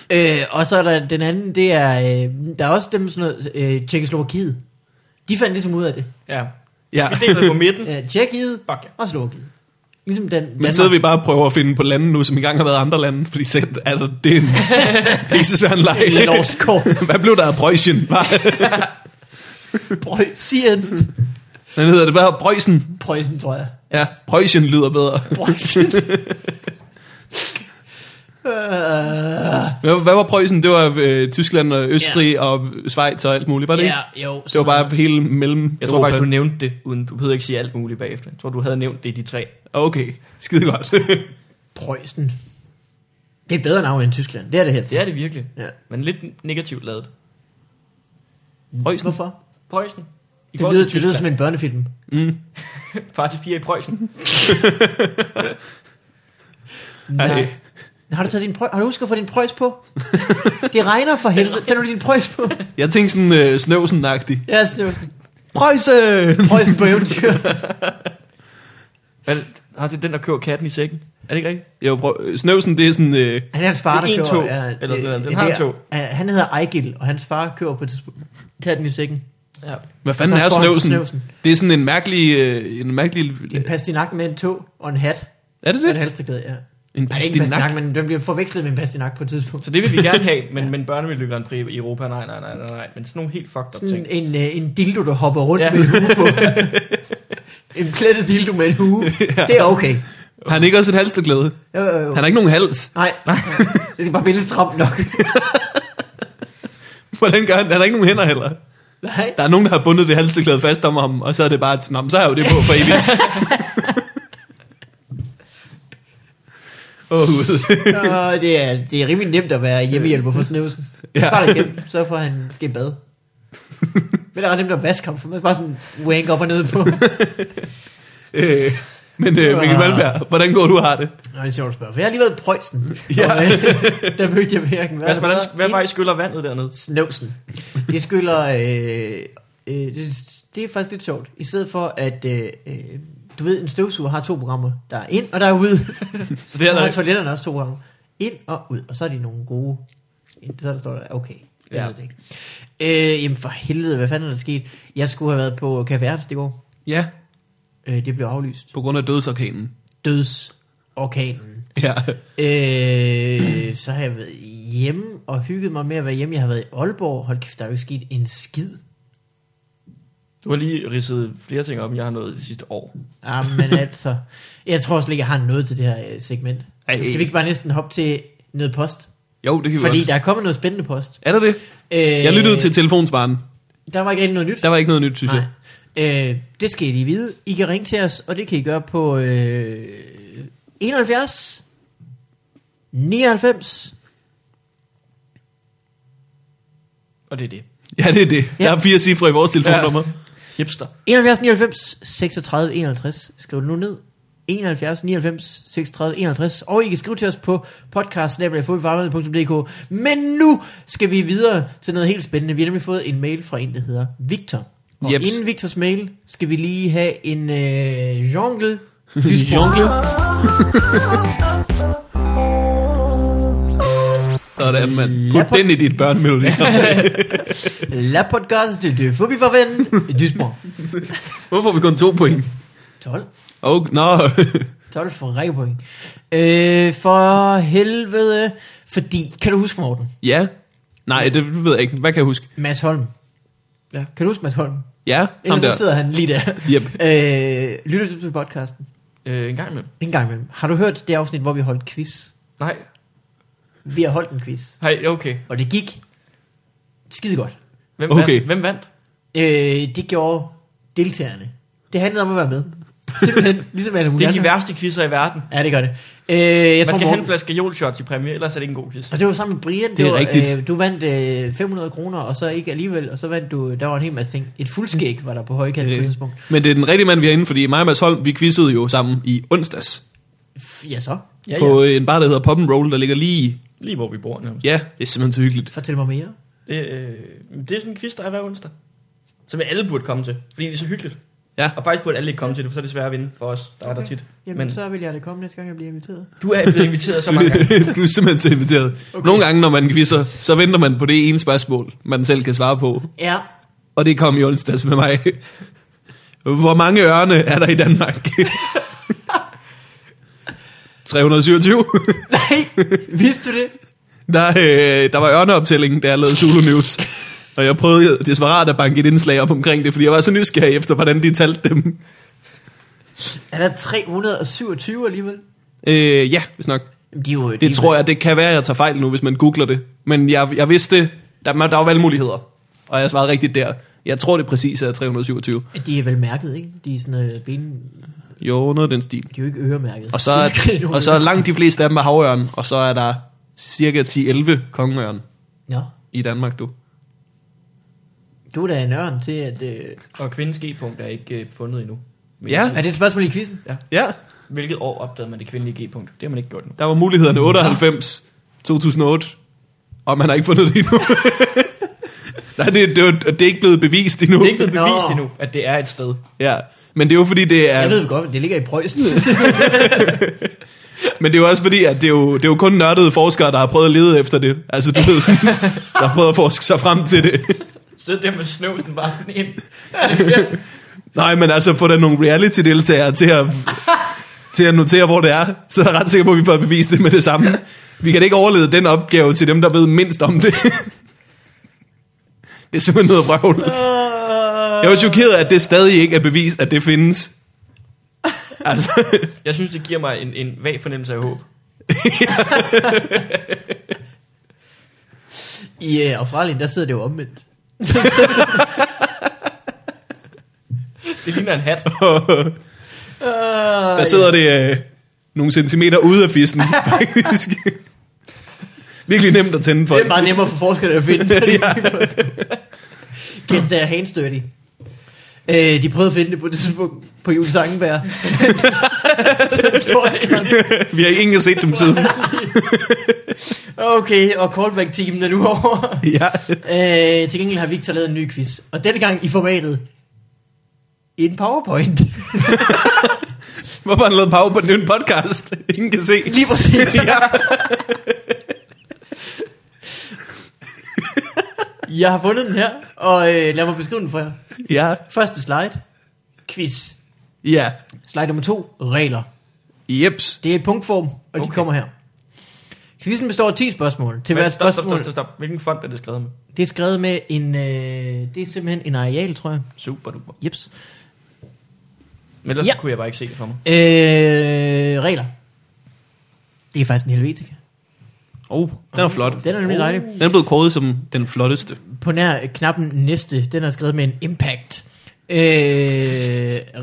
S2: Øh, og så er der den anden, det er... Øh, der er også dem sådan noget... Øh, Tjekoslovakiet. De fandt ligesom ud af det.
S3: Ja.
S1: Ja.
S3: Vi deler det på midten.
S2: Ja, Tjekkiet
S3: Mm. Fuck ja.
S2: og Slovakiet. Ligesom den,
S1: Men
S2: Danmark.
S1: sidder vi bare og prøver at finde på lande nu, som engang har været andre lande, fordi sæt, altså, det er en pissesvær leg.
S2: En lost cause.
S1: Hvad blev der af Preussen? Hvad
S2: Preussien.
S1: Den hedder det bare Preussen.
S2: Preussen, tror jeg.
S1: Ja, Preussen lyder bedre.
S2: Preussen. Øh,
S1: Hvad, hvad var Preussen? Det var øh, Tyskland og Østrig yeah. og Schweiz og alt muligt, var det ikke?
S2: ja, jo.
S1: Det var bare hele mellem
S3: Jeg tror faktisk, du nævnte det, uden du behøver ikke sige alt muligt bagefter. Jeg tror, du havde nævnt det i de tre.
S1: Okay, skide godt.
S2: Preussen. Det er et bedre navn end Tyskland. Det er det helt.
S3: Det er det virkelig.
S2: Ja.
S3: Men lidt negativt lavet.
S1: Preussen.
S2: Hvorfor?
S3: Preussen. I
S2: Det
S3: forhold
S2: lyder,
S3: til
S2: det lyder
S3: Tyskland.
S2: som en børnefilm.
S3: Far til fire i Preussen.
S2: Nej. Har du, taget din prøj- har du husket at få din prøjs på? det regner for helvede. Tag nu din prøjs på.
S1: Jeg tænkte sådan øh, snøvsen-agtig.
S2: Ja, Snøvsen.
S1: Preussen!
S2: Prøjsen på eventyr.
S3: Hvad er det? Har det den, der køber katten i sækken? Er det ikke rigtigt?
S1: Jo, prøv, snøvsen, det er sådan... Øh,
S2: Han er hans far, der
S3: Det er
S2: kører.
S3: en tog, eller sådan noget. Den
S2: det
S3: har
S2: er-
S3: en tog.
S2: ja, Han hedder Ejgil, og hans far kører på et tidspunkt. Katten i sækken.
S3: Ja.
S1: hvad fanden
S2: Så går
S1: er
S2: han for
S1: snøvsen?
S2: snøvsen.
S1: Det er sådan en mærkelig... Øh, en mærkelig
S2: En pastinak med en tog og en hat.
S1: er det
S2: Og en
S1: det?
S2: halsterklæde, ja.
S1: En
S2: Ja, ikke en pastinak,
S1: pastinak?
S2: men den bliver forvekslet med en pastinak på et tidspunkt.
S3: Så det vil vi gerne have, men, men børnemiljø Grand Prix i Europa, nej, nej, nej, nej, nej. Men sådan nogle helt fucked up
S2: Sådan
S3: ting.
S2: en, øh, en dildo, der hopper rundt
S3: Ja.
S2: ja. med en hue på. en plettet dildo med en hue. Det er okay.
S1: Har han ikke også et halsterklæde?
S2: Jo, jo, jo.
S1: Han har ikke nogen hals.
S2: Nej, det skal bare bindes stramt nok.
S1: Hvordan gør han? Han har ikke nogen hænder heller.
S2: Nej.
S1: Der er nogen, der har bundet det halsteklæde fast om ham, og så er det bare, at, "Nå, men så har jeg jo det på for evigt. Åh, Gud.
S2: Nå, det, er, det er rimelig nemt at være hjemmehjælper for Snøvsen.
S1: Ja.
S2: Ja. Bare igen, så får han måske en bad. Men det er ret nemt at vaske ham, for man skal bare sådan wank op og ned på.
S1: Øh, men øh, Mikkel Malmberg, hvordan går du og har det?
S2: Nå, det er sjovt at spørge, for jeg har lige været i Preussen.
S1: Ja.
S2: Og, øh, der mødte jeg hverken.
S3: Hvad, altså, hvordan, hvad var I skyller vandet dernede?
S2: Snøvsen. Det skylder... Øh, øh, det, det er faktisk lidt sjovt. I stedet for, at... Øh, øh, du ved, en støvsuger har to programmer. Der er ind, og der er ud. så
S3: det er der
S2: har
S3: ikke.
S2: toiletterne også to programmer. Ind og ud. Og så er de nogle gode... Så der står der, okay. Jeg
S3: Ja.
S2: ja. ved det ikke. Øh, jamen for helvede, hvad fanden er der sket? Jeg skulle have været på Café Ernst i går.
S1: Ja,
S2: Øh, det blev aflyst.
S1: på grund af dødsorkanen.
S2: Dødsorkanen.
S1: Ja.
S2: Øh, så har jeg været hjemme og hygget mig med at være hjemme. Jeg har været i Aalborg. Hold kæft, der er jo ikke sket en skid.
S3: Du har lige ridset flere ting op, end jeg har nået det sidste år.
S2: Jamen altså, jeg tror slet ikke, jeg har noget til det her øh, segment.
S1: Ej.
S2: Ej, så skal vi ikke bare næsten hoppe til noget post?
S1: Jo, det kan vi
S2: Fordi
S1: godt.
S2: der er kommet noget spændende post.
S1: Er der det?
S2: Øh,
S1: Jeg lyttede til telefonsvaren.
S2: Der var ikke rigtig noget nyt.
S1: Der var ikke noget nyt, synes
S2: Nej.
S1: jeg.
S2: Øh, det skal I vide. I kan ringe til os, og det kan I gøre på øh, 71 99
S3: Og det er det.
S1: Ja, det er det.
S2: Ja.
S1: Der er fire cifre i vores telefonnummer.
S3: Hipster.
S2: 71 99 36 51. Skriv det nu ned. 71 99 36 51. Og I kan skrive til os på podcast.dk. Men nu skal vi videre til noget helt spændende. Vi har nemlig fået en mail fra en, der hedder Victor. Og
S1: Jeps.
S2: inden Victors mail skal vi lige have en øh, jungle.
S1: Jongle. Sådan, mand. Put
S2: på-
S1: den i dit børnemelodi.
S2: La podcast de Fubi Forven. Dysborg.
S1: Hvorfor har vi kun to point?
S2: 12.
S1: Oh, nå.
S2: 12 for række point. Øh, for helvede. Fordi, kan du huske Morten?
S1: ja. Nej, det ved jeg ikke. Hvad kan jeg huske?
S2: Mads Holm.
S3: Ja.
S2: Kan du huske Mads Holm?
S1: Ja, ham
S2: Ellers
S1: der.
S2: så sidder han lige der.
S1: Yep.
S2: Øh, lytter du til podcasten?
S3: Øh, en gang imellem.
S2: En gang imellem. Har du hørt det afsnit, hvor vi holdt quiz?
S3: Nej.
S2: Vi har holdt en quiz.
S3: Hej, okay.
S2: Og det gik skide godt.
S3: Hvem,
S1: Okay.
S3: vandt? Hvem vandt?
S2: Øh, det gjorde deltagerne. Det handlede om at være med. Simpelthen, ligesom alle
S3: Det er de
S2: mulige
S3: værste quizzer i verden.
S2: Ja, det gør det. Øh, jeg
S3: Man
S2: tror,
S3: skal have en
S2: Morten,
S3: flaske jolshots i præmie, ellers er det ikke en god quiz.
S2: og det var sammen med Brian. Det,
S1: Det er
S2: var,
S1: rigtigt.
S2: Øh, du vandt øh, 500 kroner, og så ikke alligevel. Og så vandt du, øh, der var en hel masse ting. Et fuldskæg var der på højkant på
S1: Det
S2: et
S1: er rigtigt.
S2: tidspunkt.
S1: Men det er den rigtige mand, vi har inde, fordi mig og Mads Holm, vi quizzede jo sammen i onsdags.
S2: F- Ja, så.
S3: Ja, ja.
S1: På øh, en bar, der hedder Pop Roll, der ligger lige...
S3: Lige hvor vi bor nærmest.
S1: Ja, det er simpelthen så hyggeligt.
S2: Fortæl mig mere.
S3: Det, øh, det er sådan en quiz, der er hver onsdag. Som alle burde komme til, fordi det er så hyggeligt.
S1: Ja.
S3: Og faktisk burde alle ikke komme til det, for så er det svært at vinde for os, der okay. er der tit.
S2: Jamen,
S3: Men
S2: Men... så vil jeg det komme næste gang, jeg bliver inviteret.
S3: du er blevet inviteret så mange gange.
S1: du er simpelthen så inviteret. Okay. Nogle gange, når man quizzer, så venter man på det ene spørgsmål, man selv kan svare på.
S2: Ja.
S1: Og det kom i onsdags med mig. Hvor mange ørne er der i Danmark? 327.
S2: Nej, vidste du det?
S1: Der, øh, der var ørneoptælling, da jeg lavede Zulu News. Og jeg prøvede desperat at banke et indslag op omkring det, fordi jeg var så nysgerrig efter, hvordan de talte dem.
S2: Er der 327 alligevel?
S1: Øh, ja, hvis nok.
S2: Jamen, de er jo, de
S1: Det tror jeg, det kan være, jeg tager fejl nu, hvis man googler det. Men jeg, jeg vidste, der, der var valgmuligheder. Og jeg svarede rigtigt der. Jeg tror, det præcis er 327.
S2: De er vel mærket, ikke? De er sådan øh, ben...
S1: Jo, noget af den stil.
S2: De er jo ikke øremærket.
S1: Og så, er, og så er langt de fleste af dem er havørn, og så er der cirka 10-11 kongeørn
S2: Nå,
S1: i Danmark, du.
S2: du er da en ørn til at... Øh...
S3: Og kvindens g-punkt er ikke øh, fundet endnu. Men
S1: Ja.
S3: jeg
S2: Er det et spørgsmål i quizzen?
S1: Ja,
S3: siger, Hvilket år opdagede man det kvindelige g-punkt? Det har man ikke gjort nu.
S1: der var mulighederne 98, 2008, og man har ikke fundet det endnu. Nej, det, det, var- det er ikke blevet bevist endnu.
S3: Det er ikke blevet
S2: Nå.
S3: bevist endnu, at det er et sted.
S1: Ja, men det er jo fordi, det
S2: Jeg
S1: er...
S2: ved godt, det ligger i Preussen.
S1: Men det er jo også fordi, at det er jo, det er jo kun nørdede forskere, der har prøvet at lede efter det. Altså, du ved, sådan, der har prøvet at forske sig frem til det.
S3: Sidde der med snøvsen bare sådan ind.
S1: Nej, men altså, få da nogle reality-deltagere til at, til at notere, hvor det er. Så er jeg ret sikker på, at vi får bevist det med det samme. Vi kan da ikke overlede den opgave til dem, der ved mindst om det. Det er simpelthen noget vrøvl.
S3: Ah.
S1: Jeg var chokeret, at det stadig ikke er bevist, at det findes. Altså,
S3: Jeg synes, det giver mig en, en vag fornemmelse af håb.
S2: I øh, Australien, der sidder det jo omvendt.
S3: Det ligner en hat.
S2: Uh,
S1: Der sidder det øh, nogle centimeter ude af fissen, faktisk. Virkelig nemt at tænde for.
S2: Det er bare nemmere for forskere at finde.
S1: Ja.
S2: Kendt der handstøtte. Øh, de prøvede at finde det på det tidspunkt på Jules Angenberg. Så forskerne-
S1: Vi har ikke set dem siden.
S2: okay, og callback-teamen er nu over.
S1: Ja.
S2: Øh, til gengæld har Victor lavet en ny quiz. Og denne gang i formatet en powerpoint.
S1: Hvorfor har han lavet pause på den nye podcast? Ingen kan se.
S2: Lige præcis.
S1: Ja.
S2: Jeg har fundet den her, og øh, lad mig beskrive den for jer.
S1: Ja.
S2: Første slide. Quiz.
S1: Ja.
S2: Slide nummer to. Regler.
S1: Jeps.
S2: Det er i punktform, og okay. de
S3: Okay.
S2: kommer her. Quizzen består af 10 spørgsmål. Til
S3: Men
S2: hvert
S3: stop, stop, stop,
S2: spørgsmål.
S3: stop, stop. Hvilken fond er det skrevet med?
S2: Det er skrevet med en... Øh, det er simpelthen en areal, tror jeg.
S3: Super duper.
S2: Jeps.
S3: Men ellers
S2: Ja.
S3: ja. kunne jeg bare ikke se det for mig.
S2: Øh, regler. Det er faktisk en helvetika.
S1: Oh, den er flot.
S2: Den er nemlig dejlig.
S1: Den er blevet kåret som den flotteste.
S2: På nær knappen næste, den er skrevet med en impact. Øh,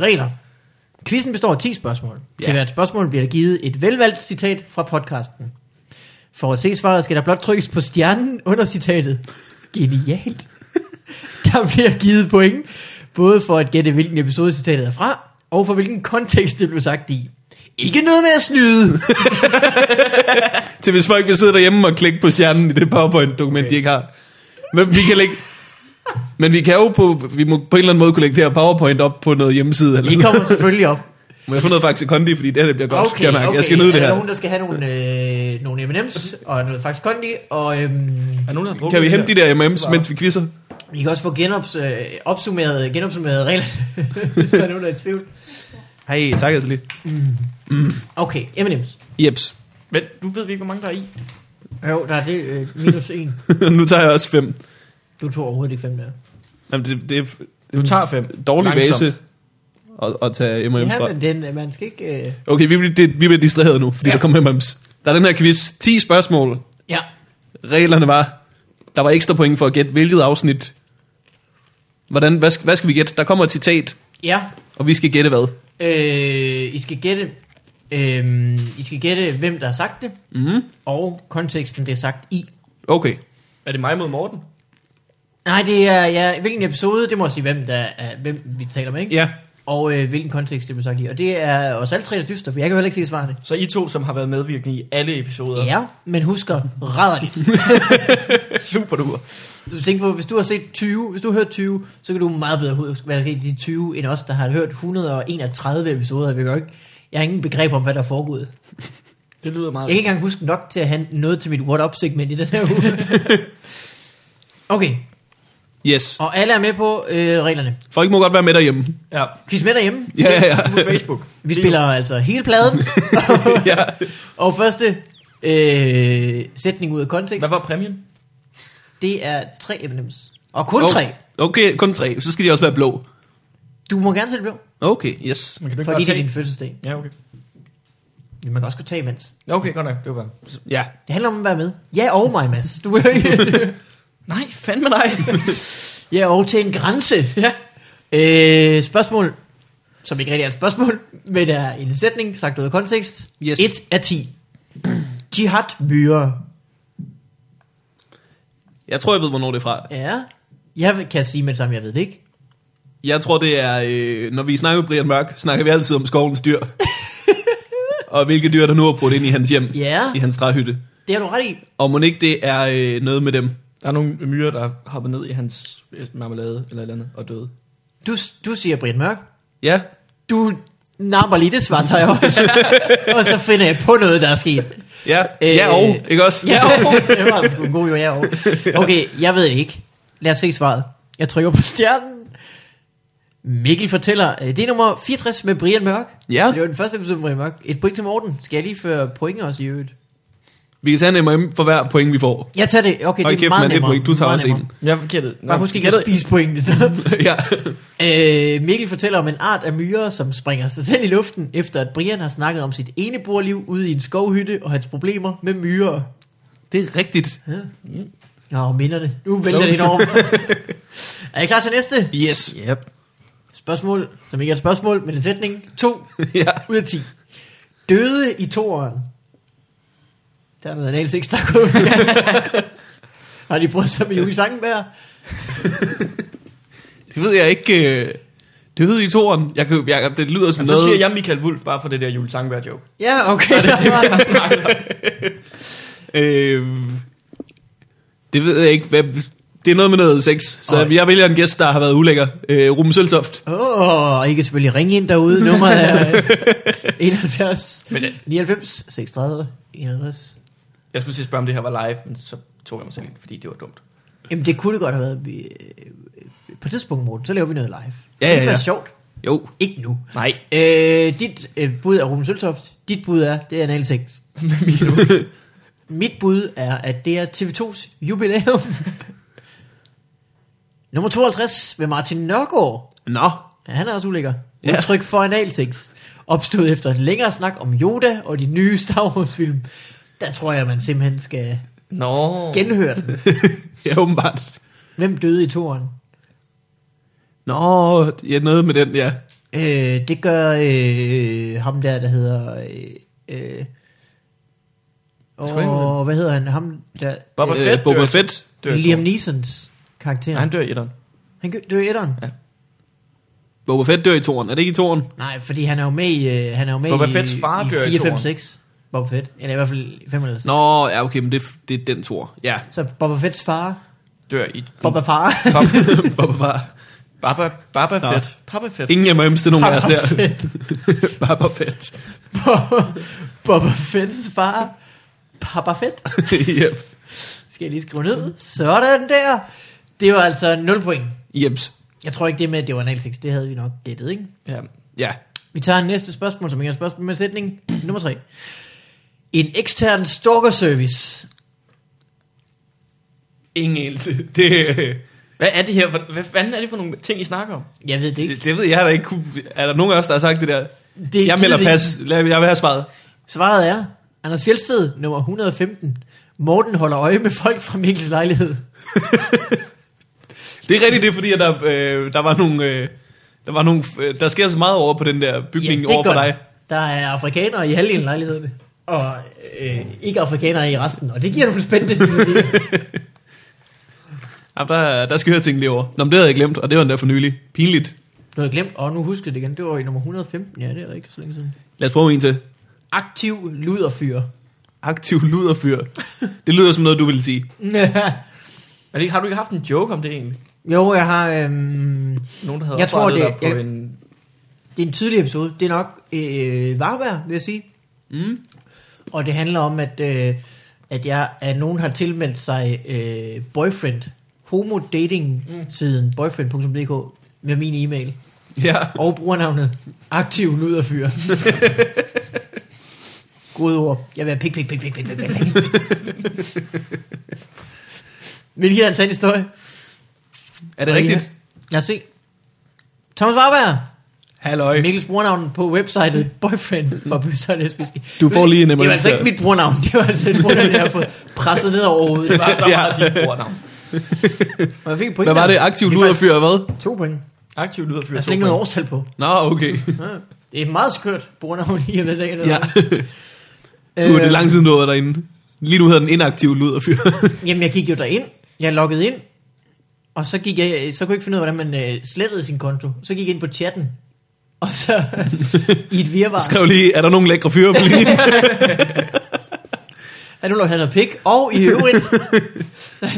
S2: regler. Quizzen består af 10 spørgsmål. Ja.
S1: Ja.
S2: Til hvert spørgsmål bliver der givet et velvalgt citat fra podcasten. For at se svaret skal der blot trykkes på stjernen under citatet. Genialt. Der bliver givet point, både for at gætte, hvilken episode citatet er fra, og for hvilken kontekst det blev sagt i. Ikke noget med at snyde.
S1: Til hvis folk vil sidde derhjemme og klikke på stjernen i det PowerPoint-dokument, okay. de ikke har. Men vi kan lægge... Men vi kan jo på, vi må på en eller anden måde kunne lægge det her PowerPoint op på noget hjemmeside. Eller
S2: I
S1: sådan.
S2: kommer selvfølgelig op.
S1: Må jeg få noget faktisk kondi, fordi det her det bliver godt. skal jeg, mærke. jeg skal nyde det
S2: Er
S1: her.
S2: der nogen, der skal have nogle, øh, nogle M&M's og noget faktisk kondi, og øhm,
S3: Er nogen, der har drukket
S1: Kan vi
S3: det
S1: hente de der M&M's,
S3: Wow.
S1: mens vi quizzer?
S2: vi kan også få genops, øh, opsummeret, genopsummeret reglerne, hvis der er nogen, der er i tvivl.
S1: Hej, tak altså lige.
S2: Okay, M&M's.
S1: Jeps.
S3: Men du ved ikke, hvor mange der er i.
S2: Jo, der er det øh, minus en.
S1: nu tager jeg også fem.
S2: Du tog overhovedet ikke fem der.
S1: Jamen, det, det er
S3: Du tager fem.
S1: dårlig
S3: Langsomt.
S1: base at, at tage M&M's
S2: Ja,
S1: fra.
S2: men den, øh, man skal ikke... Øh...
S1: Okay, vi bliver, det, vi bliver distraheret nu, fordi ja. der kommer M&M's. Der er den her quiz. 10 spørgsmål.
S2: Ja.
S1: Reglerne var, der var ekstra point for at gætte, hvilket afsnit. Hvordan, hvad, skal, hvad skal vi gætte? Der kommer et citat,
S2: Ja,
S1: og vi skal gætte hvad?
S2: øh, I skal gætte... Øh, I skal gætte, hvem der har sagt det,
S1: Mm.
S2: og konteksten, det er sagt i.
S1: Okay.
S3: Er det mig mod Morten?
S2: Nej, det er... Ja, hvilken episode, det må jeg sige, hvem, der er, hvem vi taler med, ikke?
S1: Ja.
S2: Og øh, hvilken kontekst det blev sagt i. Og det er os alle tre, der dyster, for jeg kan jo heller ikke se svarene.
S3: Så I to, som har været medvirkende i alle episoder.
S2: Ja, men husker rædderligt.
S3: Super duper.
S2: Du tænker på, hvis du har set 20, hvis du har hørt 20, så kan du meget bedre huske, hvad der skete i de 20, end os, der har hørt 131 episoder. Jeg, ved jo ikke, jeg har ingen begreb om, hvad der er foregået.
S3: Det lyder
S2: Jeg
S3: meget.
S2: kan ikke engang huske nok til at have noget til mit what-up-segment i den her uge. Okay,
S1: Yes.
S2: og alle er med på øh, reglerne.
S1: Folk må godt være med derhjemme.
S3: Ja.
S2: Quiz med derhjemme.
S1: Ja, ja, ja.
S3: På Facebook.
S2: Vi spiller altså hele pladen.
S1: ja.
S2: Og første øh, sætning ud af kontekst,
S3: Hvad var præmien?
S2: det er tre M&M's. Og kun oh. tre.
S1: Okay, kun tre. Så skal de også være blå.
S2: Du må gerne sætte blå,
S1: Okay, yes.
S3: Man kan du ikke
S2: fordi
S3: godt
S2: det er
S3: tage
S2: din fødselsdag.
S3: Ja, okay.
S2: Men man kan også godt tage imens.
S3: Ja, Okay, godt nok. Det var bare...
S1: Ja.
S2: Det handler om at være med. Ja og mig, Mads. Du behøver ikke...
S3: Nej, fandme nej.
S2: ja og til en grænse. Ja. Øh, spørgsmål, som ikke rigtig er et spørgsmål, men er en sætning, sagt ud af kontekst.
S1: Yes.
S2: 1 af 10. Jihad myre.
S1: Jeg tror, jeg ved, hvornår det er fra.
S2: Ja. Jeg kan sige med det samme, jeg ved det ikke.
S1: Jeg tror, det er, øh, når vi snakker med Brian Mørk, snakker vi altid om skovens dyr. og hvilke dyr, der nu er brudt ind i hans hjem,
S2: Ja.
S1: i hans træhytte.
S2: Det har du ret i.
S1: Og må ikke det er øh, noget med dem.
S3: Der er nogle myrer, der hopper ned i hans øh, marmelade eller et eller andet og døde.
S2: Du, du siger Brian Mørk.
S1: Ja,
S2: Du napper lige det svar, tager jeg også. og så finder jeg på noget, der er sket.
S1: ja,
S2: Øh,
S1: øh, ja og, ikke også?
S2: Ja, jo. det var sgu en god jo, ja, jo. Okay, jeg ved det ikke. Lad os se svaret. Jeg trykker på stjernen. Mikkel fortæller, øh, det er nummer 64 med Brian Mørk.
S1: Ja.
S2: Det var den første episode med Brian Mørk. Et point til Morten. Skal jeg lige føre point også i øvrigt?
S1: Vi kan tage en M&M for hver point, vi får.
S2: Jeg tager det. Okay,
S1: Hold
S2: det er
S1: kæft,
S2: meget
S1: mand, det
S2: nemmere.
S1: point. Du tager
S2: Meget
S1: også
S2: nemmere.
S1: en.
S3: Jeg er forkert.
S2: Bare husk ikke at spise pointene så.
S1: ja.
S2: Øh, Mikkel fortæller om en art af myrer, som springer sig selv i luften, efter at Brian har snakket om sit ene borliv ude i en skovhytte og hans problemer med myrer.
S1: Det er rigtigt.
S2: Ja. Nå, minderne. Nu vælter det enormt. er I klar til næste?
S1: Yes.
S3: Yep.
S2: Spørgsmål, som ikke er et spørgsmål, men en sætning. 2
S1: ja.
S2: ud af 10. Døde i toeren. Der er noget anal sex, der er gået med. Har de brugt sig med Julie Sangenberg?
S1: Det ved jeg ikke. øh, Det ved I toren. Jeg kan, jeg, det lyder som
S3: Jamen,
S1: noget...
S3: så siger jeg Michael Wulff bare for det der Jule Sangberg joke.
S2: Ja, okay. der var-
S1: Øh, det ved jeg ikke. Hvad, det er noget med noget sex. Så
S3: Ej.
S1: jeg vælger en gæst, der har været ulækker. Øh, Ruben Søltoft.
S2: Åh, oh, I kan selvfølgelig ringe ind derude. Nummeret er øh, 71
S3: Men, øh,
S2: 99 36 51.
S3: Jeg skulle til at spørge, om det her var live, men så tog jeg mig selv, i, fordi det var dumt.
S2: Jamen, det kunne det godt have været. Vi, øh, på et tidspunkt, Morten, så laver vi noget live.
S1: Ja,
S2: det
S1: ja,
S2: kunne være
S1: ja.
S2: sjovt.
S1: Jo.
S2: Ikke nu.
S3: Nej.
S2: Øh, dit øh, bud er Ruben Søltoft. Dit bud er, det er analsex. Mit bud er, at det er TV2's jubilæum. Nummer 52 med Martin Nørgaard.
S1: Nå.
S2: Ja, han er også ulækker.
S1: Ja.
S2: Udtryk for analsex. Opstod efter en længere snak om Yoda og de nye Star Wars film. Der tror jeg, man simpelthen skal
S1: Mm.
S3: Nå.
S2: genhøre den.
S1: ja, åbenbart.
S2: Hvem døde i toren?
S1: Nå, ja, noget med den, ja.
S2: Øh, det gør øh, ham der, der hedder... Øh, øh,
S3: sgu ikke,
S2: og hvad hedder han? Ham der...
S3: Boba
S2: øh,
S3: Fett
S1: Boba
S3: dør.
S1: Fett.
S3: Dør i
S2: Liam
S3: toeren.
S2: Neesons karakter.
S3: Nej, han
S2: Han,
S3: dør i etteren.
S2: han gør- dør i etteren.
S3: Ja.
S1: Boba Fett dør i toren. Er det ikke i toren?
S2: Nej, fordi han er jo med i... øh, Han er jo med
S3: Boba
S2: i,
S3: Fetts far
S2: i
S3: dør i
S2: 4, 5,
S3: toeren.
S2: 6. Boba Fett. Eller i hvert fald 5 eller 6.
S1: Nå, ja, okay, men det, det er den tor. Ja.
S2: Så Boba Fetts far...
S3: Dør i...
S2: Boba far.
S1: Boba Fett.
S3: Baba, Baba
S1: Nå.
S3: Fett. Papa Fett.
S1: Ingen af mig ømste nogen af os der.
S2: Boba Fett.
S1: Boba Fett.
S2: Bo- Boba Fetts far. Papa Fett.
S1: yep.
S2: Skal jeg lige skrue ned? Sådan der. Det var altså 0 point.
S1: Jeps.
S2: Jeg tror ikke det med, at det var analsex. Det havde vi nok gættet, ikke?
S3: Ja.
S1: Ja.
S2: Vi tager næste spørgsmål, som ikke er et spørgsmål med sætning nummer 3. En ekstern stalker-service.
S1: Ingen anelse. Det, øh,
S3: Hvad er det her? Hvad, hvad fanden er det for nogle ting, I snakker om?
S2: Jeg ved det ikke.
S1: det ved jeg da ikke. kunne- Er der nogen af os, der har sagt det der?
S2: Det
S1: jeg melder
S2: gider vi
S1: pas. Lad- Jeg vil have svaret.
S2: Svaret er Anders Fjeldsted, nummer 115. Morten holder øje med folk fra Mikkels lejlighed.
S1: Det er rigtigt, det er fordi, at der, øh, der var nogle... Øh, der, var nogle øh, der sker så meget over på den der bygning
S2: det
S1: ja, over for
S2: gør
S1: dig.
S2: der. Der er afrikanere i halvdelen af lejlighederne. Og øh, ikke afrikanere i resten. Og det giver nogle spændende dynamikker.
S1: Ja, der, der skal høre ting lige over. Nå, men det havde jeg glemt, og det var endda for nylig. Pinligt.
S2: Du har glemt, og nu husker jeg det igen. Det var i nummer 115. Ja, det er ikke så længe siden.
S1: Lad os prøve en til.
S2: Aktiv luderfyr.
S1: Aktiv luderfyr. Det lyder som noget, du ville sige.
S3: Er det, ikke- har du ikke haft en joke om det egentlig?
S2: jo, jeg har... Øhm,
S3: Nogen, der havde
S2: Jeg tror,
S3: oprettet
S2: det-
S3: dig på
S2: jeg-
S3: en...
S2: Det er en tidlig episode. Det er nok øh, Varberg, vil jeg sige.
S1: Mm.
S2: Og det handler om, at, øh, at, jeg, at nogen har tilmeldt sig øh, boyfriend, homodating-siden mm. boyfriend.dk med min e-mail
S1: Ja.
S2: og brugernavnet aktiv luderfyr. Gode ord. Jeg vil have pik, pik, pik, pik, pik, pik, pik. pik. Hvilket er altså en sand historie.
S1: Er det
S2: Og
S1: rigtigt?
S2: Ina- Lad os se. Thomas Warberg,
S1: Halløj.
S2: Mikkels brugernavn på websitet Boyfriend for bøsser og lesbiske.
S1: Du får lige en
S2: Det var
S1: M&M's
S2: altså ikke
S1: der.
S2: mit brugernavn, det var altså et brugernavn, jeg har fået presset ned over hovedet.
S3: Det var så
S1: Ja.
S3: meget dit brugernavn.
S2: Og jeg fik et point
S1: Hvad
S2: der.
S1: var det? Aktiv
S2: er
S1: luderfyr, hvad?
S2: faktisk To point. Der
S3: Aktiv lyder fyr.
S2: er slet ikke noget årstal på.
S1: Nå, okay.
S2: Ja. Det er et meget skørt brugernavn, I har ved ikke Øhm, noget.
S1: Ja. Nu er det lang tid, du har været derinde. Lige nu hedder den inaktiv luderfyr.
S2: Jamen, jeg gik jo derind. Jeg loggede ind. Og så, gik jeg, så kunne jeg ikke finde ud af, hvordan man øh, slettede sin konto. Så gik jeg ind på chatten. Og så i et virvar.
S1: Skrev lige, er der nogen lækre fyre på linjen?
S2: at nu lå han noget pik, og i øvrigt,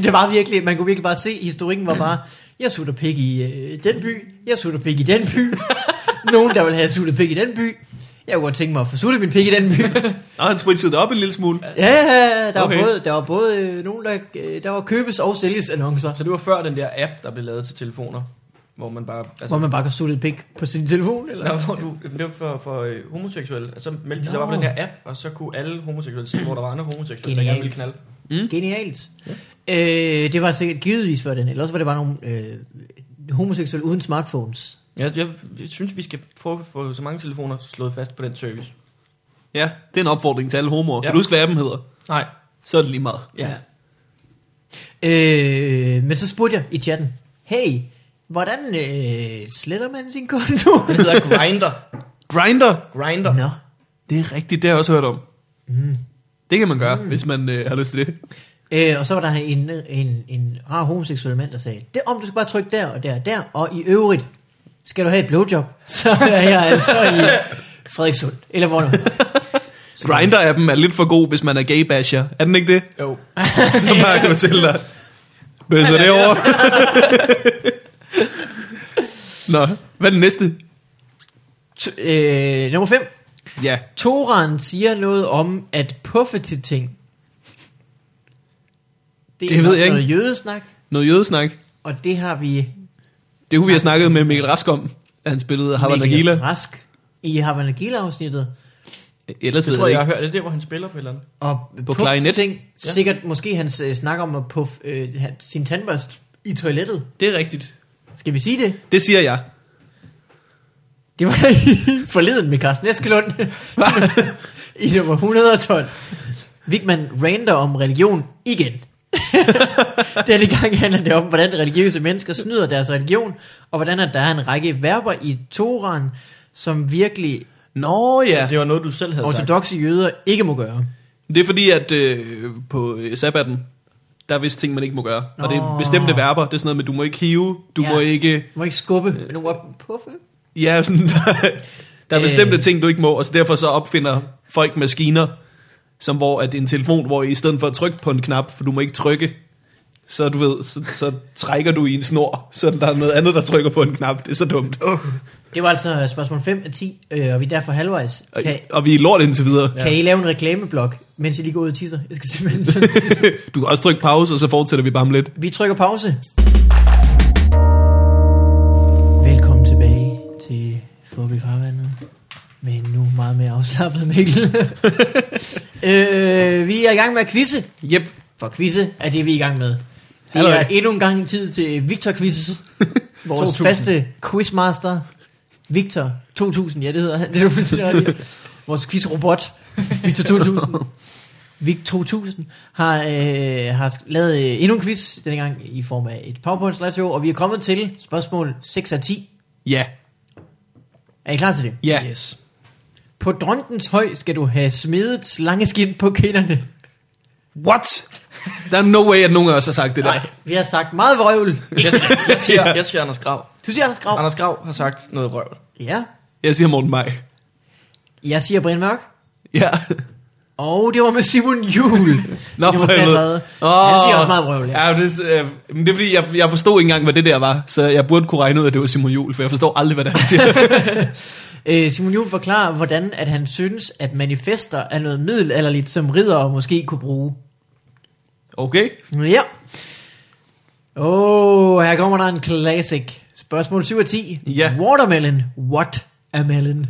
S2: det var virkelig, man kunne virkelig bare se, historikken var bare, jeg sutter pik i øh, den by, jeg sutter pik i den by, nogen der vil have suttet pik i den by, jeg kunne godt tænke mig at få suttet min pik i den by.
S1: Nå, han spritzede det op en lille smule.
S2: Ja, ja, der, okay.
S1: Okay.
S2: var både, der var både øh, nogen, der, øh, der var købes og sælges annoncer,
S3: Så det var før den der app, der blev lavet til telefoner, hvor man bare... Altså,
S2: hvor man bare kan sutte et pik på sin telefon, eller?
S3: Nå, hvor du, jamen, det var for, for øh, homoseksuelle. Og så meldte de sig
S2: Nå.
S3: op på den her app, og så kunne alle homoseksuelle se, hvor der var andre homoseksuelle, der
S2: Genialt.
S3: gerne ville knalde.
S2: Genialt. Øh, det var sikkert givetvis for den, eller også var det bare nogle øh, homoseksuelle uden smartphones.
S3: Jeg, jeg, jeg synes, vi skal prøve at få så mange telefoner slået fast på den service.
S1: Ja, det er en opfordring til alle homoer. Ja.
S3: Ja.
S1: Kan du huske, hvad appen hedder?
S3: Nej.
S1: Så er det lige meget.
S3: Ja.
S2: Øh, men så spurgte jeg i chatten, hey, hvordan øh, sletter man sin konto?
S3: Den hedder Grinder.
S1: Grinder,
S3: Grinder.
S2: Nå,
S1: det er rigtigt, det har jeg også hørt om. Mm. Det kan man gøre, mm. hvis man øh, har lyst til det.
S2: Øh, og så var der en, en, en rar homoseksuel mand, der sagde, det er om, du skal bare trykke der og der og der, og i øvrigt, skal du have et blowjob, så er jeg altså i Frederikssund, eller hvor nu.
S1: Grinder-appen er lidt for god, hvis man er gay-basher. Er den ikke det?
S3: Jo.
S1: Så bare gå til dig. Bøsser det over. Nå, hvad er det næste?
S2: T- øh, nummer 5.
S1: Ja.
S2: Toran siger noget om at puffe til ting. Det,
S1: Det ved
S2: nok
S1: jeg ikke.
S2: noget jødesnak,
S1: Noget jødesnak.
S2: og det har vi
S1: Det kunne vi have snakket med Mikkel Rask om, at han spillede Havana
S2: Mikkel
S1: Gila.
S2: Rask i Havana Gila afsnittet.
S1: Ellers
S3: Jeg
S1: ved
S3: tror,
S1: jeg
S3: jeg
S1: det
S3: har
S1: ikke.
S3: hørt det er der, hvor han spiller på et eller andet.
S2: Og
S1: På
S2: på klarinet.
S1: klarinet.
S2: Ting, ja. Sikkert måske hans øh, snak om at puffe øh, han- sin tandbørst i toilettet.
S1: Det er rigtigt.
S2: Skal vi sige det?
S1: Det siger jeg.
S2: Det var i forleden med Carsten Eskelund. I nummer 112. Vigman rander om religion igen. Denne gang handler det om, hvordan religiøse mennesker snyder deres religion, og hvordan at der er en række verber i Toran, som virkelig
S1: Nå
S3: Ja.
S1: ja.
S3: Det var noget, du selv havde sagt.
S2: ortodoxe jøder ikke må gøre.
S1: Det er fordi, at øh, på øh, sabbaten, der er vist ting, man ikke må gøre. Og det er
S2: Nå.
S1: bestemte verber. Det er sådan noget med, du må ikke hive, du
S2: Ja.
S1: må ikke...
S2: Må ikke skubbe, men du må op puffe.
S1: Ja, sådan, der, der er bestemte
S2: Øh.
S1: ting, du ikke må, og så derfor så opfinder folk maskiner, som hvor at en telefon, hvor i stedet for at trykke på en knap, for du må ikke trykke, så du ved, så, så trækker du i en snor, så der er noget andet, der trykker på en knap. Det er så dumt. Uh.
S2: Det var altså spørgsmål 5 af 10, øh, og vi er derfor halvvejs.
S1: Og,
S2: Kan,
S1: Øh, og vi er lort indtil videre.
S2: kan I lave en reklameblok, mens I lige går ud og tisser? Jeg skal simpelthen...
S1: Du kan også trykke pause, og så fortsætter vi bare om lidt.
S2: Vi trykker pause. Velkommen tilbage til Forbi Farvandet. Men nu meget mere afslappet, Mikkel. øh, vi er i gang med at quizze.
S1: Yep.
S2: For quizze er det, vi er i gang med. Det
S1: Hallo.
S2: er endnu en gang tid til Victor Quiz. Vores
S3: 2000.
S2: faste quizmaster. Victor 2000, ja det hedder han. Det er du fuldstændig ret i. Vores quizrobot. Victor 2000. Vic 2000 har, øh, har sk- lavet øh, endnu en quiz, denne gang i form af et PowerPoint-slideshow, og vi er kommet til spørgsmål 6 af 10.
S1: Ja.
S2: Er I klar til det?
S1: Ja.
S3: Yes.
S2: På drontens høj skal du have smedet slangeskin på kinderne.
S1: What? Der er no way, at nogen af os har sagt det der.
S2: Nej, vi har sagt meget vrøvl.
S3: Jeg, jeg, siger, jeg siger Anders Grav.
S2: Du siger, Anders Grav.
S3: Anders Grav har sagt noget røv.
S2: Ja,
S1: Jeg siger Morten Maj.
S2: Jeg siger Brian Mørk.
S1: Ja.
S2: Og det var med Simon Juhl.
S1: Nå,
S2: Det var
S1: for helvede.
S2: 33. Han siger også meget vrøvl, ja.
S1: ja. men det, er, øh, men det er fordi, jeg, jeg forstod ikke engang, hvad det der var, så jeg burde kunne regne ud, at det var Simon Juhl, for jeg forstår aldrig, hvad det er, han siger.
S2: Øh, Simon Juhl forklarer, hvordan at han synes, at manifester er noget middelalderligt, som riddere måske kunne bruge.
S1: Okay.
S2: Ja. Åh, oh, her kommer der en classic. Spørgsmål 7 af 10.
S1: Ja.
S2: Watermelon. What a melon?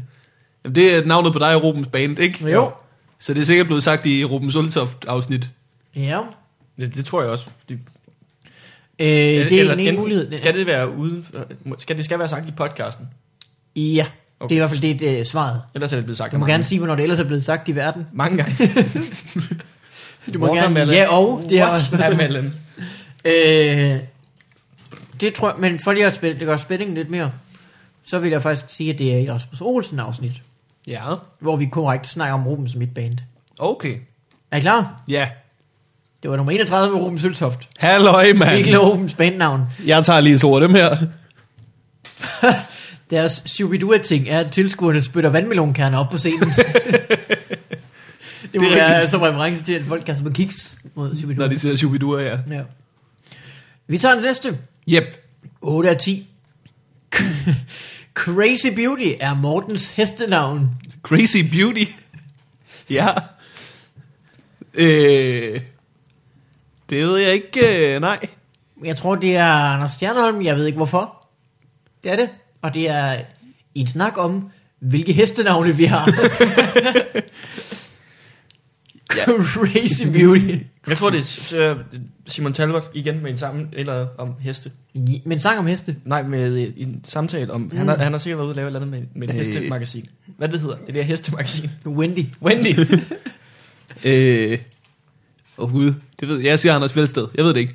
S1: Jamen, det er navnet på dig i Rubens Band, ikke?
S2: Jo.
S1: Så det er sikkert blevet sagt i Rubens Ultoft-afsnit.
S2: Ja.
S3: Det, det tror jeg også. Det,
S2: Øh, det er
S3: eller
S2: en, en
S3: enten-
S2: mulighed.
S3: Skal det være ude? Skal det skal være sagt i podcasten?
S2: Ja, det er
S3: Okay.
S2: i hvert fald det, det er svaret.
S3: Ellers er det blevet sagt
S2: Du må
S3: mange,
S2: gerne sige, hvornår det ellers er blevet sagt i verden.
S3: mange gange.
S2: Du må gerne.
S3: Watermelon.
S2: Ja, og det har også
S3: What er mellem?
S2: Øh, det tror jeg, men for lige at spille, det gør spændingen lidt mere, så vil jeg faktisk sige, at det er et Rasmus Olsen afsnit,
S1: Ja.
S2: hvor vi korrekt snakker om Rubens midtband.
S1: Okay.
S2: Er I klar?
S1: Ja.
S2: Det var nummer 31 med Rubens Høltoft.
S1: Halløj, mand.
S2: Mikkel og Rubens bandnavn.
S1: Jeg tager lige to af dem her.
S2: Deres Shubidua-ting er, at tilskuerne spytter vandmelonkerner op på scenen. det må
S1: Det er
S2: være
S1: rigtigt.
S2: som reference til, at folk kaster på kiks mod Shubidua.
S1: Når de siger Shubidua, ja.
S2: ja. Vi tager den næste.
S1: Yep.
S2: 8 af 10. Crazy Beauty er Mortens hestenavn.
S1: Crazy Beauty. ja. Øh, det ved jeg ikke, øh, nej.
S2: Jeg tror, det er Anders Stjernholm. Jeg ved ikke, hvorfor. Det er det. Og det er en snak om, hvilke hestenavne vi har. Crazy Beauty.
S3: Jeg tror, det er s- øh, Simon Talbot igen med en sammen, eller om heste.
S2: Men sang om heste.
S3: Nej, med øh, en samtale om, mm. han, har, han har sikkert været ude og lave et eller andet med, med et
S1: Øh.
S3: hestemagasin. Hvad det hedder? Det der hestemagasin.
S2: Wendy.
S3: Wendy.
S1: Øh, Åh gud, det ved jeg. Jeg siger Anders Fjeldsted. Jeg ved det ikke.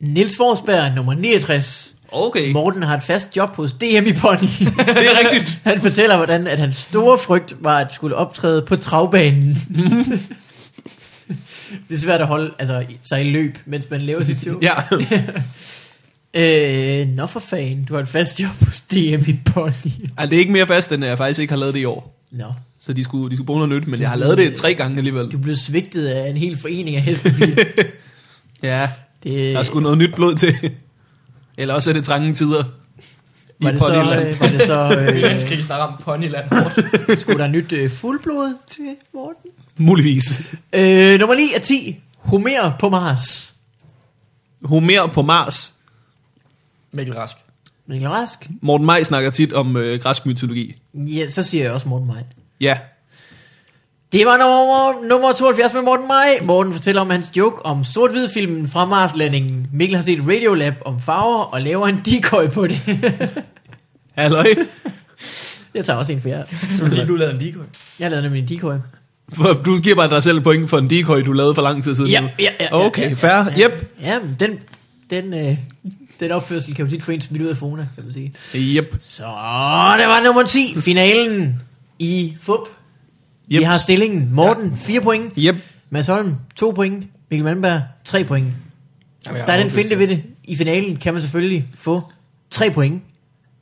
S2: Nils Forsberg, nummer 69.
S1: Okay.
S2: Morten har et fast job hos DM i Pony.
S1: Det er rigtigt.
S2: Han fortæller, hvordan at hans store frygt var at skulle optræde på travbanen. det er svært at holde altså, i- sig i løb, mens man laver sit show.
S1: Ja.
S2: Øh, nå for fanden, du har et fast job hos DM i Pony.
S1: Ej, Altså, det er ikke mere fast, end at jeg faktisk ikke har lavet det i år.
S2: Nå,
S1: Så de skulle, de skulle bruge noget nyt, men jeg har lavet det tre gange alligevel.
S2: du blev svigtet af en hel forening af heldige.
S1: Ja,
S2: Det,
S1: der er sgu noget nyt blod til. Eller også er det trange tider. I
S2: var det så,
S1: Ponyland.
S2: øh, var det så øh,
S3: Verdenskrig, der ramte Ponyland hårdt.
S2: skulle der nyt øh, fuldblod til Morten?
S1: Muligvis.
S2: Øh, nummer 9 af 10. Homer på Mars.
S1: Homer på Mars.
S3: Mikkel Rask.
S2: Mikkel Rask?
S1: Morten Maj snakker tit om øh, græsk mytologi.
S2: Ja, så siger jeg også Morten Maj.
S1: Ja.
S2: Det var nummer, nummer 72 med Morten Maj. Morten fortæller om hans joke om sort filmen fra Marslandingen. Mikkel har set Radiolab om farver og laver en decoy på det.
S1: Halløj.
S2: jeg tager også en for jer.
S3: Fordi du lavede en decoy.
S2: Jeg lavede nemlig en decoy.
S1: For du giver bare dig selv point for en decoy, du lavede for lang tid siden. nu. Okay, fair.
S2: Ja,
S1: Yep.
S2: ja men den, den, øh, den opførsel kan jo tit få en smidt ud af Fona, kan man sige.
S1: Yep.
S2: Så det var nummer 10. Finalen i FUP. Vi
S1: Yep.
S2: har stillingen. Morten, 4 point.
S1: Yep.
S2: Mads Holm, 2 point. Mikkel Malmberg, 3 point.
S3: Jamen, jeg
S2: Der er den
S3: har overbevist
S2: finte
S3: jer.
S2: ved det. I finalen kan man selvfølgelig få 3 point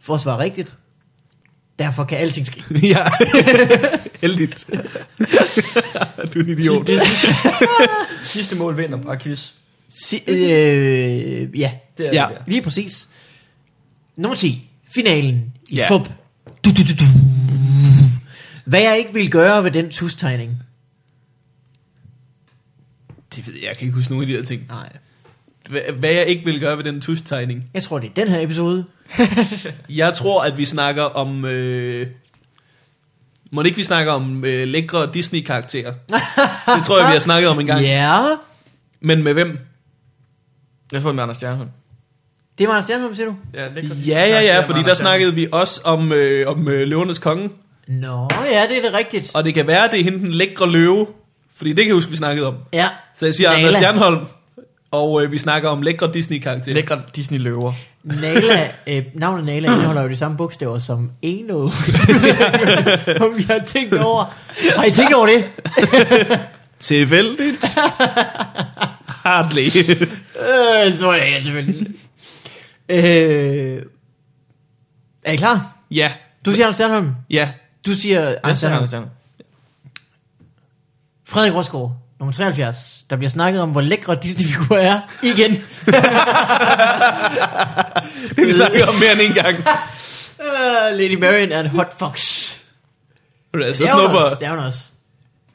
S2: for at svare rigtigt. Derfor kan alting ske.
S1: Ja. Heldigt. du er en idiot.
S3: Sidste, sidste mål vinder bare quiz.
S2: Si- øh, ja,
S3: Det er
S1: Ja.
S3: det der.
S2: lige præcis. Nummer 10. Finalen i
S1: Ja.
S2: yeah. FUP. Du, du, du, du. Hvad jeg ikke ville gøre ved den tustegning.
S1: Det ved jeg, jeg kan ikke huske nogen af de der ting.
S2: Nej.
S1: Hva- Hvad jeg ikke vil gøre ved den tustegning.
S2: Jeg tror, det er den her episode.
S1: Jeg tror, at vi snakker om... Øh... Må det ikke, vi snakker om øh, lækre Disney-karakterer? Det tror jeg, vi har snakket om en gang. Yeah.
S2: Ja.
S1: Men med hvem?
S3: Jeg tror, det er med Anders Stjernholm.
S2: Det var Anders Stjernholm, siger du?
S3: Ja,
S1: Ja, ja, ja, fordi der snakkede vi også om, øh, om øh, løvernes konge.
S2: Nå, ja, det er det rigtigt.
S1: Og det kan være, det er hende den lækre løve. Fordi det kan jeg huske, vi snakkede om.
S2: Ja.
S1: Så jeg siger
S2: Nala.
S1: Anders Stjernholm. Og øh, vi snakker om lækre Disney-karakterer.
S3: Lækre Disney-løver.
S2: Nala, øh, navnet Nala indeholder jo de samme bogstaver som Eno. Om vi har tænkt over. Har I tænkt over det?
S1: Tilfældigt. Hardly.
S2: Øh, så er jeg selvfølgelig. Øh, er I klar?
S1: ja,
S2: Du siger Anders Stjernholm.
S1: ja.
S2: Du siger
S3: Jeg
S2: Anders
S3: siger
S2: Stjernholm.
S3: Anders Stjernholm.
S2: Frederik Rosgaard, nummer 73. Der bliver snakket om, hvor lækre Disney-figurer er. Igen.
S1: Det har vi snakket om mere end en gang.
S2: Øh, Lady Marion er en hot fox.
S1: Så
S2: Det er hun også,
S1: snupper,
S2: Det er hun også.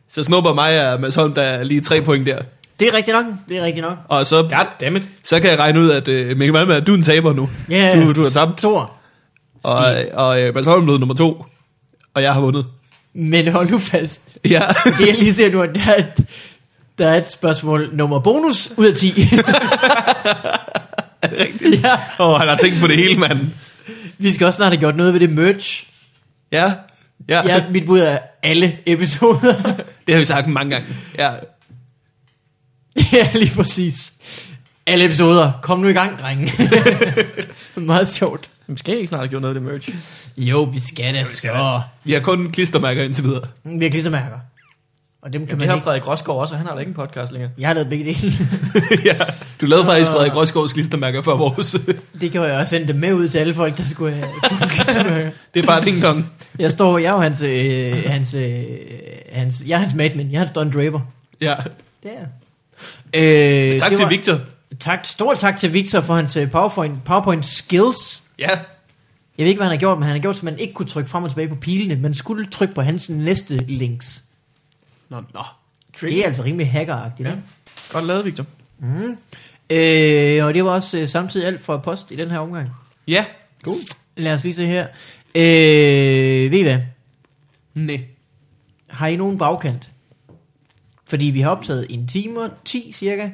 S1: så snupper mig og Mads Holm, der er lige tre point der.
S2: Det er rigtigt nok. Det er rigtigt nok.
S1: Og så,
S3: Goddammit.
S1: så kan jeg regne ud, at uh, Mikkel Malmberg, at du er en taber nu.
S2: Ja,
S1: Du, du har tabt.
S2: Thor.
S1: Og, og uh, Mads Holm blev nummer to. Og jeg har vundet.
S2: Men hold nu fast.
S1: Ja.
S2: Det jeg lige ser nu, at der er et, der er et spørgsmål nummer bonus ud af 10.
S1: er det rigtigt?
S2: ja.
S1: Åh, oh, han har tænkt på det hele, mand.
S2: Vi skal også snart have gjort noget ved det merch.
S1: Ja. Ja. ja.
S2: Ja, mit bud er alle episoder.
S1: Det har vi sagt mange gange. Ja.
S2: ja, lige præcis. Alle episoder. Kom nu i gang, drenge. Meget sjovt.
S3: Men skal jeg ikke snart have gjort noget af det merch?
S2: Jo, vi skal da så. Mm,
S1: Vi har kun klistermærker indtil videre.
S2: Vi har klistermærker. Og dem kan
S3: Det
S2: man
S3: har
S2: ikke.
S3: Frederik Rosgaard også, og han har da ikke en podcast længere.
S2: Jeg har lavet begge dele.
S1: ja. Du lavede faktisk Frederik Rosgaards klistermærker før vores.
S2: det kan jeg også sende dem med ud til alle folk, der skulle have fået klistermærker.
S1: det er bare ding dong.
S2: Jeg står, jeg er jo hans, øh, hans, øh, hans, jeg er hans madman, jeg er hans Don Draper.
S1: Ja.
S2: Det er jeg. øh,
S1: Tak
S2: det
S1: til
S2: var-
S1: Victor.
S2: Tak, stor tak til Victor for hans øh, PowerPoint, PowerPoint skills.
S1: Ja.
S2: Jeg ved ikke, hvad han har gjort, men han har gjort, så man ikke kunne trykke frem og tilbage på pilene. Man skulle trykke på hans næste links.
S1: Nå, nå.
S2: Det er altså rimelig hackeragtigt. Ja.
S3: Godt lavet, Victor.
S2: Øh, og det var også øh, samtidig alt fra post i den her omgang.
S1: Ja. God.
S2: Lad os lige se her. Øh, ved I hvad?
S1: Nej.
S2: Har I nogen bagkant? Fordi vi har optaget en time og 10 cirka.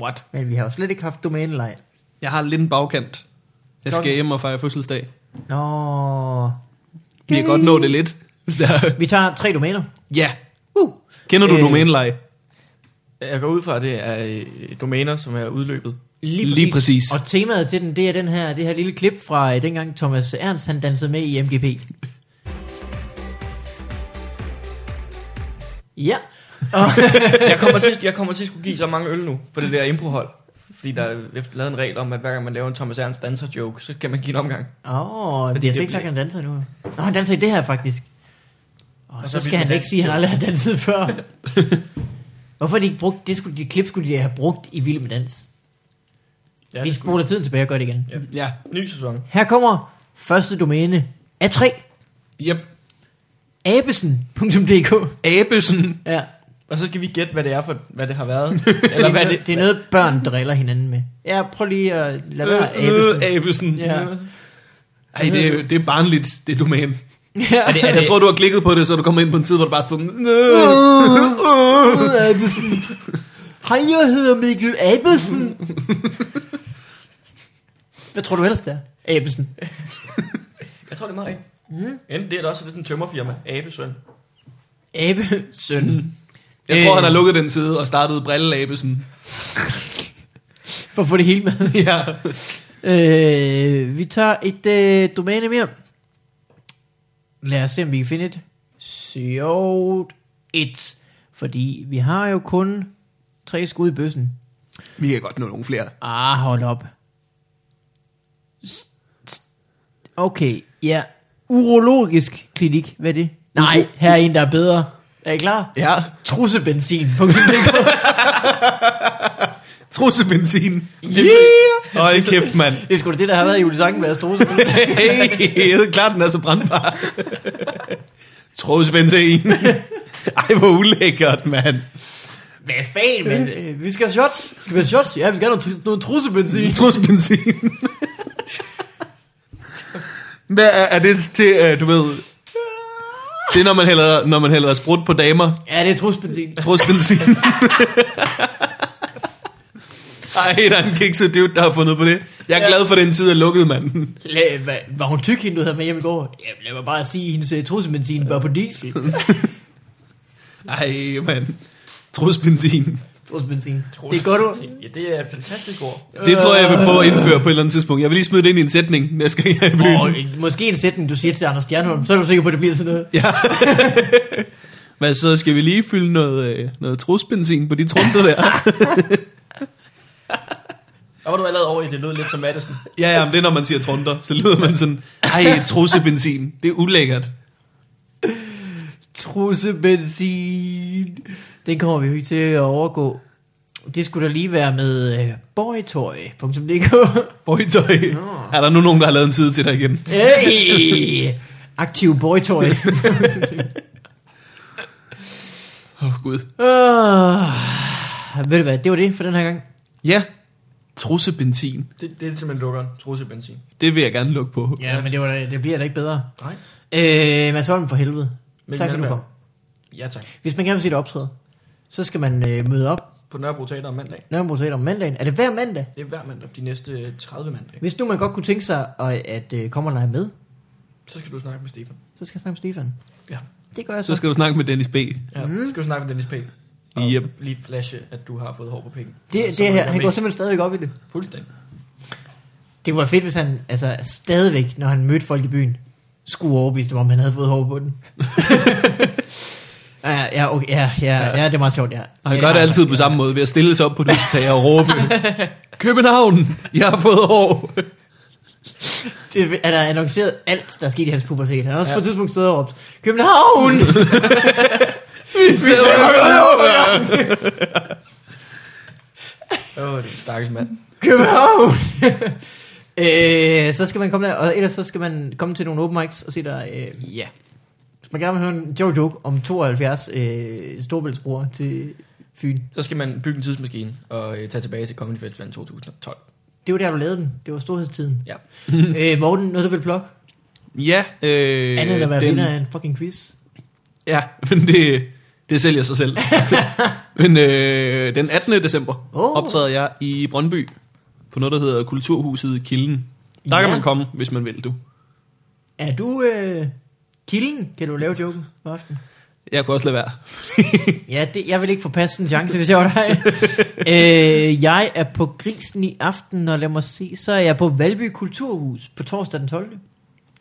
S1: What?
S2: Men vi har jo slet ikke haft domænelej.
S1: Jeg har lidt en bagkant. Jeg skal
S3: Klokken-
S1: hjem og fejre fødselsdag.
S2: Nå.
S1: Vi kan godt nå det lidt. Hvis det er.
S2: Vi tager tre domæner.
S1: Ja.
S2: Uh.
S1: Kender du
S2: Øh.
S1: øh. domæneleje?
S3: Jeg går ud fra, at det er øh, domæner, som er udløbet.
S1: Lige præcis.
S2: Og temaet til den, det er den her, det her lille klip fra øh, dengang Thomas Ernst, han dansede med i MGP. Ja. Og,
S3: Jeg kommer til, jeg kommer til at skulle give så mange øl nu på det der improhold. Fordi der er lavet en regel om, at hver gang man laver en Thomas Ernst danser joke, så kan man give en omgang.
S2: Åh, oh,
S3: Fordi
S2: det er
S3: det
S2: ikke sagt,
S3: bliver-
S2: han danser nu. Nå, han danser i det her faktisk. Og
S3: Og
S2: så,
S3: så
S2: skal
S3: vil
S2: han
S3: den
S2: ikke sige, at han
S3: danse.
S2: aldrig har danset før. Hvorfor har de ikke brugt, det skulle, de klip skulle de have brugt i Vild med Dans. Ja, Vi spoler tiden tilbage og gør det igen. Ja.
S1: Ja.
S3: Ny sæson.
S2: Her kommer første domæne af 3
S1: Yep.
S2: abesen.dk
S1: Abesen.
S2: Ja,
S3: Og så skal vi gætte, hvad det er for, hvad det har været. Eller hvad det,
S2: det er noget, børn driller hinanden med. Ja, prøv lige at lade være
S1: Øh,
S2: abesen.
S1: øh, Abesen.
S2: Ja.
S1: Ej, det, er- det er barnligt, det domæne.
S2: Ja.
S3: er det, er
S1: Jeg
S3: det,
S1: tror, du har klikket på det, så du kommer ind på en side, hvor du bare står... Øh,
S2: Abelsen. Hej, jeg hedder Mikkel Abelsen. Hvad tror du ellers, det er? Abelsen.
S3: jeg tror, det er meget rigtigt. Mm. Enten det er det også, at det er en tømmerfirma. Abesøn.
S2: Abelsen.
S1: Jeg tror, han
S2: Øh,
S1: har lukket den side og startet brilleabesen.
S2: For at få det hele med.
S1: Ja.
S2: øh, vi tager et øh, domæne mere. Lad os se, om vi kan finde et sjovt et. Fordi vi har jo kun tre skud i bøssen.
S1: Vi kan godt nå nogle flere.
S2: Ah, hold op. S- s- Okay, ja. Urologisk klinik, hvad er det? Nej, her er en, der er bedre. Er I klar?
S1: Ja.
S2: Trussebenzin.
S1: Trussebenzin.
S2: yeah!
S1: Hold kæft, mand.
S2: Det er sgu da det, der har været i Julie Sangenbergs trussebenzin.
S1: Hey, det er klart, den er så brandbar. Trussebenzin. Ej, hvor ulækkert, mand.
S2: Hvad fanden, men øh, vi skal have shots. Skal vi have shots? Ja, vi skal have noget, tru- noget trussebenzin.
S1: Trussebenzin. Hvad er, er det til, øh, du ved... Det er, når man hælder, når man hælder sprut på damer.
S2: Ja, det er trussebenzin.
S1: Trussbenzin. Ej, der er en kikset dude, der har fundet på det. Jeg er
S2: Ja.
S1: glad for, at den tid er lukket, mand.
S2: La- hva- var hun tyk, hende du havde med hjem i går? Ja, lad mig bare sige, at hendes øh, trussebenzin var på diesel.
S1: Ej, mand. Trussbenzin.
S2: trussebenzin. Det er godt, du...
S3: Ja, det er et fantastisk ord.
S1: Det tror jeg, jeg vil prøve at indføre på et eller andet tidspunkt. Jeg vil lige smide det ind i en sætning næste gang, jeg er i byen.
S2: Og øh, måske en sætning, du siger til Anders Stjernholm, så er du sikker på, at det bliver sådan noget.
S1: Hvad så? Skal vi lige fylde noget, øh, noget trusbenzin på de trunter der?
S3: Der var du allerede over i, det lød lidt som Madison.
S1: ja, ja, men det er, når man siger trunter. Så lyder man sådan, ej, trussebenzin. Det er ulækkert.
S2: Trussebenzin. Den kommer vi jo ikke til at overgå. Det skulle da lige være med uh, boytoy.dk.
S1: Boytøj. Er der nu nogen, der har lavet en side til dig igen?
S2: hey! Aktiv boytoy.
S1: Åh, oh, Gud.
S2: uh, ved du hvad, det var det for den her gang.
S1: Ja, trussebenzin.
S3: Det, det er simpelthen lukkeren. Trusse benzin.
S1: Det vil jeg gerne lukke på.
S2: Ja, men det, var da, det bliver da ikke bedre.
S3: Nej.
S2: Øh, Mads Holm for helvede.
S3: Men
S2: tak for,
S3: vi
S2: du
S3: er med.
S2: kom.
S3: Ja, tak.
S2: Hvis man gerne vil se et optræde, så skal man øh, møde op
S3: På Nørrebro Teater om mandag.
S2: Nørrebro Teater om mandagen. Er det hver mandag?
S3: Det er hver mandag, de næste 30 mandag.
S2: Hvis nu man godt kunne tænke sig, at, at øh, kommerne er med,
S3: Så skal du snakke med Stefan.
S2: så skal jeg snakke med Stefan.
S3: Ja.
S2: Det gør jeg så.
S1: Så skal du snakke med Dennis B.
S3: Ja, mm. så skal du snakke med Dennis P. Og
S1: Yep.
S3: lige flashe, at du har fået hår på penge. Og
S2: Det,
S3: så
S2: det
S3: må
S2: her,
S3: jeg
S2: han
S3: med.
S2: går simpelthen stadigvæk op i det.
S3: Fuldstændig.
S2: Det var fedt, hvis han altså, stadigvæk, når han mødte folk i byen, skulle overbevise dem om, han havde fået hår på den. ja, ja, okay, ja, ja, ja, det er meget sjovt, ja.
S1: Og han
S2: ja,
S1: gør det
S2: har
S1: altid på samme måde, ved at stille sig op på et hustag og råbe, København, jeg har fået hår.
S2: Det er der annonceret alt, der skete i hans pubertet. Han har også ja. på et tidspunkt stået og råbt, København! Vi ser
S3: Åh, oh, det er en stakkels mand.
S2: København! øh, så skal man komme der, og ellers så skal man komme til nogle open mics og se der... Øh,
S3: Ja.
S2: Hvis man gerne vil høre en sjov joke om 72 øh, storbæltsbrugere til Fyn.
S3: Så skal man bygge en tidsmaskine og øh, tage tilbage til Comedy Festivalen 2012.
S2: Det var der, du lavede den. Det var storhedstiden.
S3: Ja.
S2: øh, Morten, noget du vil plukke?
S1: Ja, øh,
S2: Andet end at være
S1: den-
S2: vinder af en fucking quiz.
S1: Ja, men det, det sælger sig selv. men øh, den 18. december
S2: Oh.
S1: oh. optræder jeg i Brøndby på noget, der hedder Kulturhuset Kilden. Der ja.
S2: Ja.
S1: kan man komme, hvis man vil, du.
S2: Er du øh, kilden? Kan du lave joken for aften?
S1: Jeg kunne også lade være.
S2: Ja, det, jeg vil ikke forpasse en chance, hvis jeg var dig. øh, jeg er på Grisen i aften, og lad mig se, så er jeg på Valby Kulturhus på torsdag den 12. Det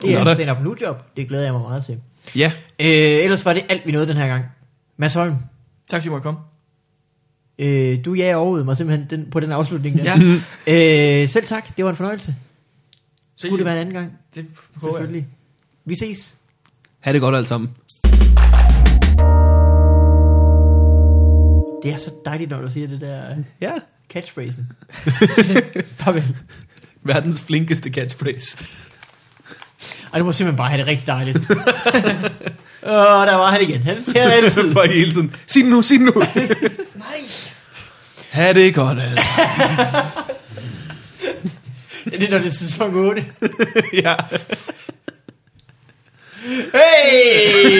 S1: Nå
S2: er
S1: da.
S2: en stand-up nu job. Det glæder jeg mig meget til.
S1: ja,
S2: Øh, ellers var det alt, vi nåede den her gang. Mads Holm,
S3: Tak fordi I måtte komme.
S2: øh, du jager overhovedet mig simpelthen den, på den afslutning der.
S3: Ja.
S2: Øh, selv tak, det var en fornøjelse. Skulle det være en anden gang,
S3: Det håber jeg.
S2: selvfølgelig. Vi ses.
S1: ha' det godt alt sammen.
S2: Det er så dejligt, når du siger det der øh,
S1: Ja,
S2: catchphrasen. Farvel.
S1: verdens flinkeste catchphrase.
S2: Og du må simpelthen bare have det rigtig dejligt. Åh, der var han igen. Han ser det altid.
S1: For hele tiden. Sig det nu, sig det nu.
S3: Nej.
S1: ha' det godt altså.
S2: Det er når det er sæson 8.
S1: ja.
S2: Hey!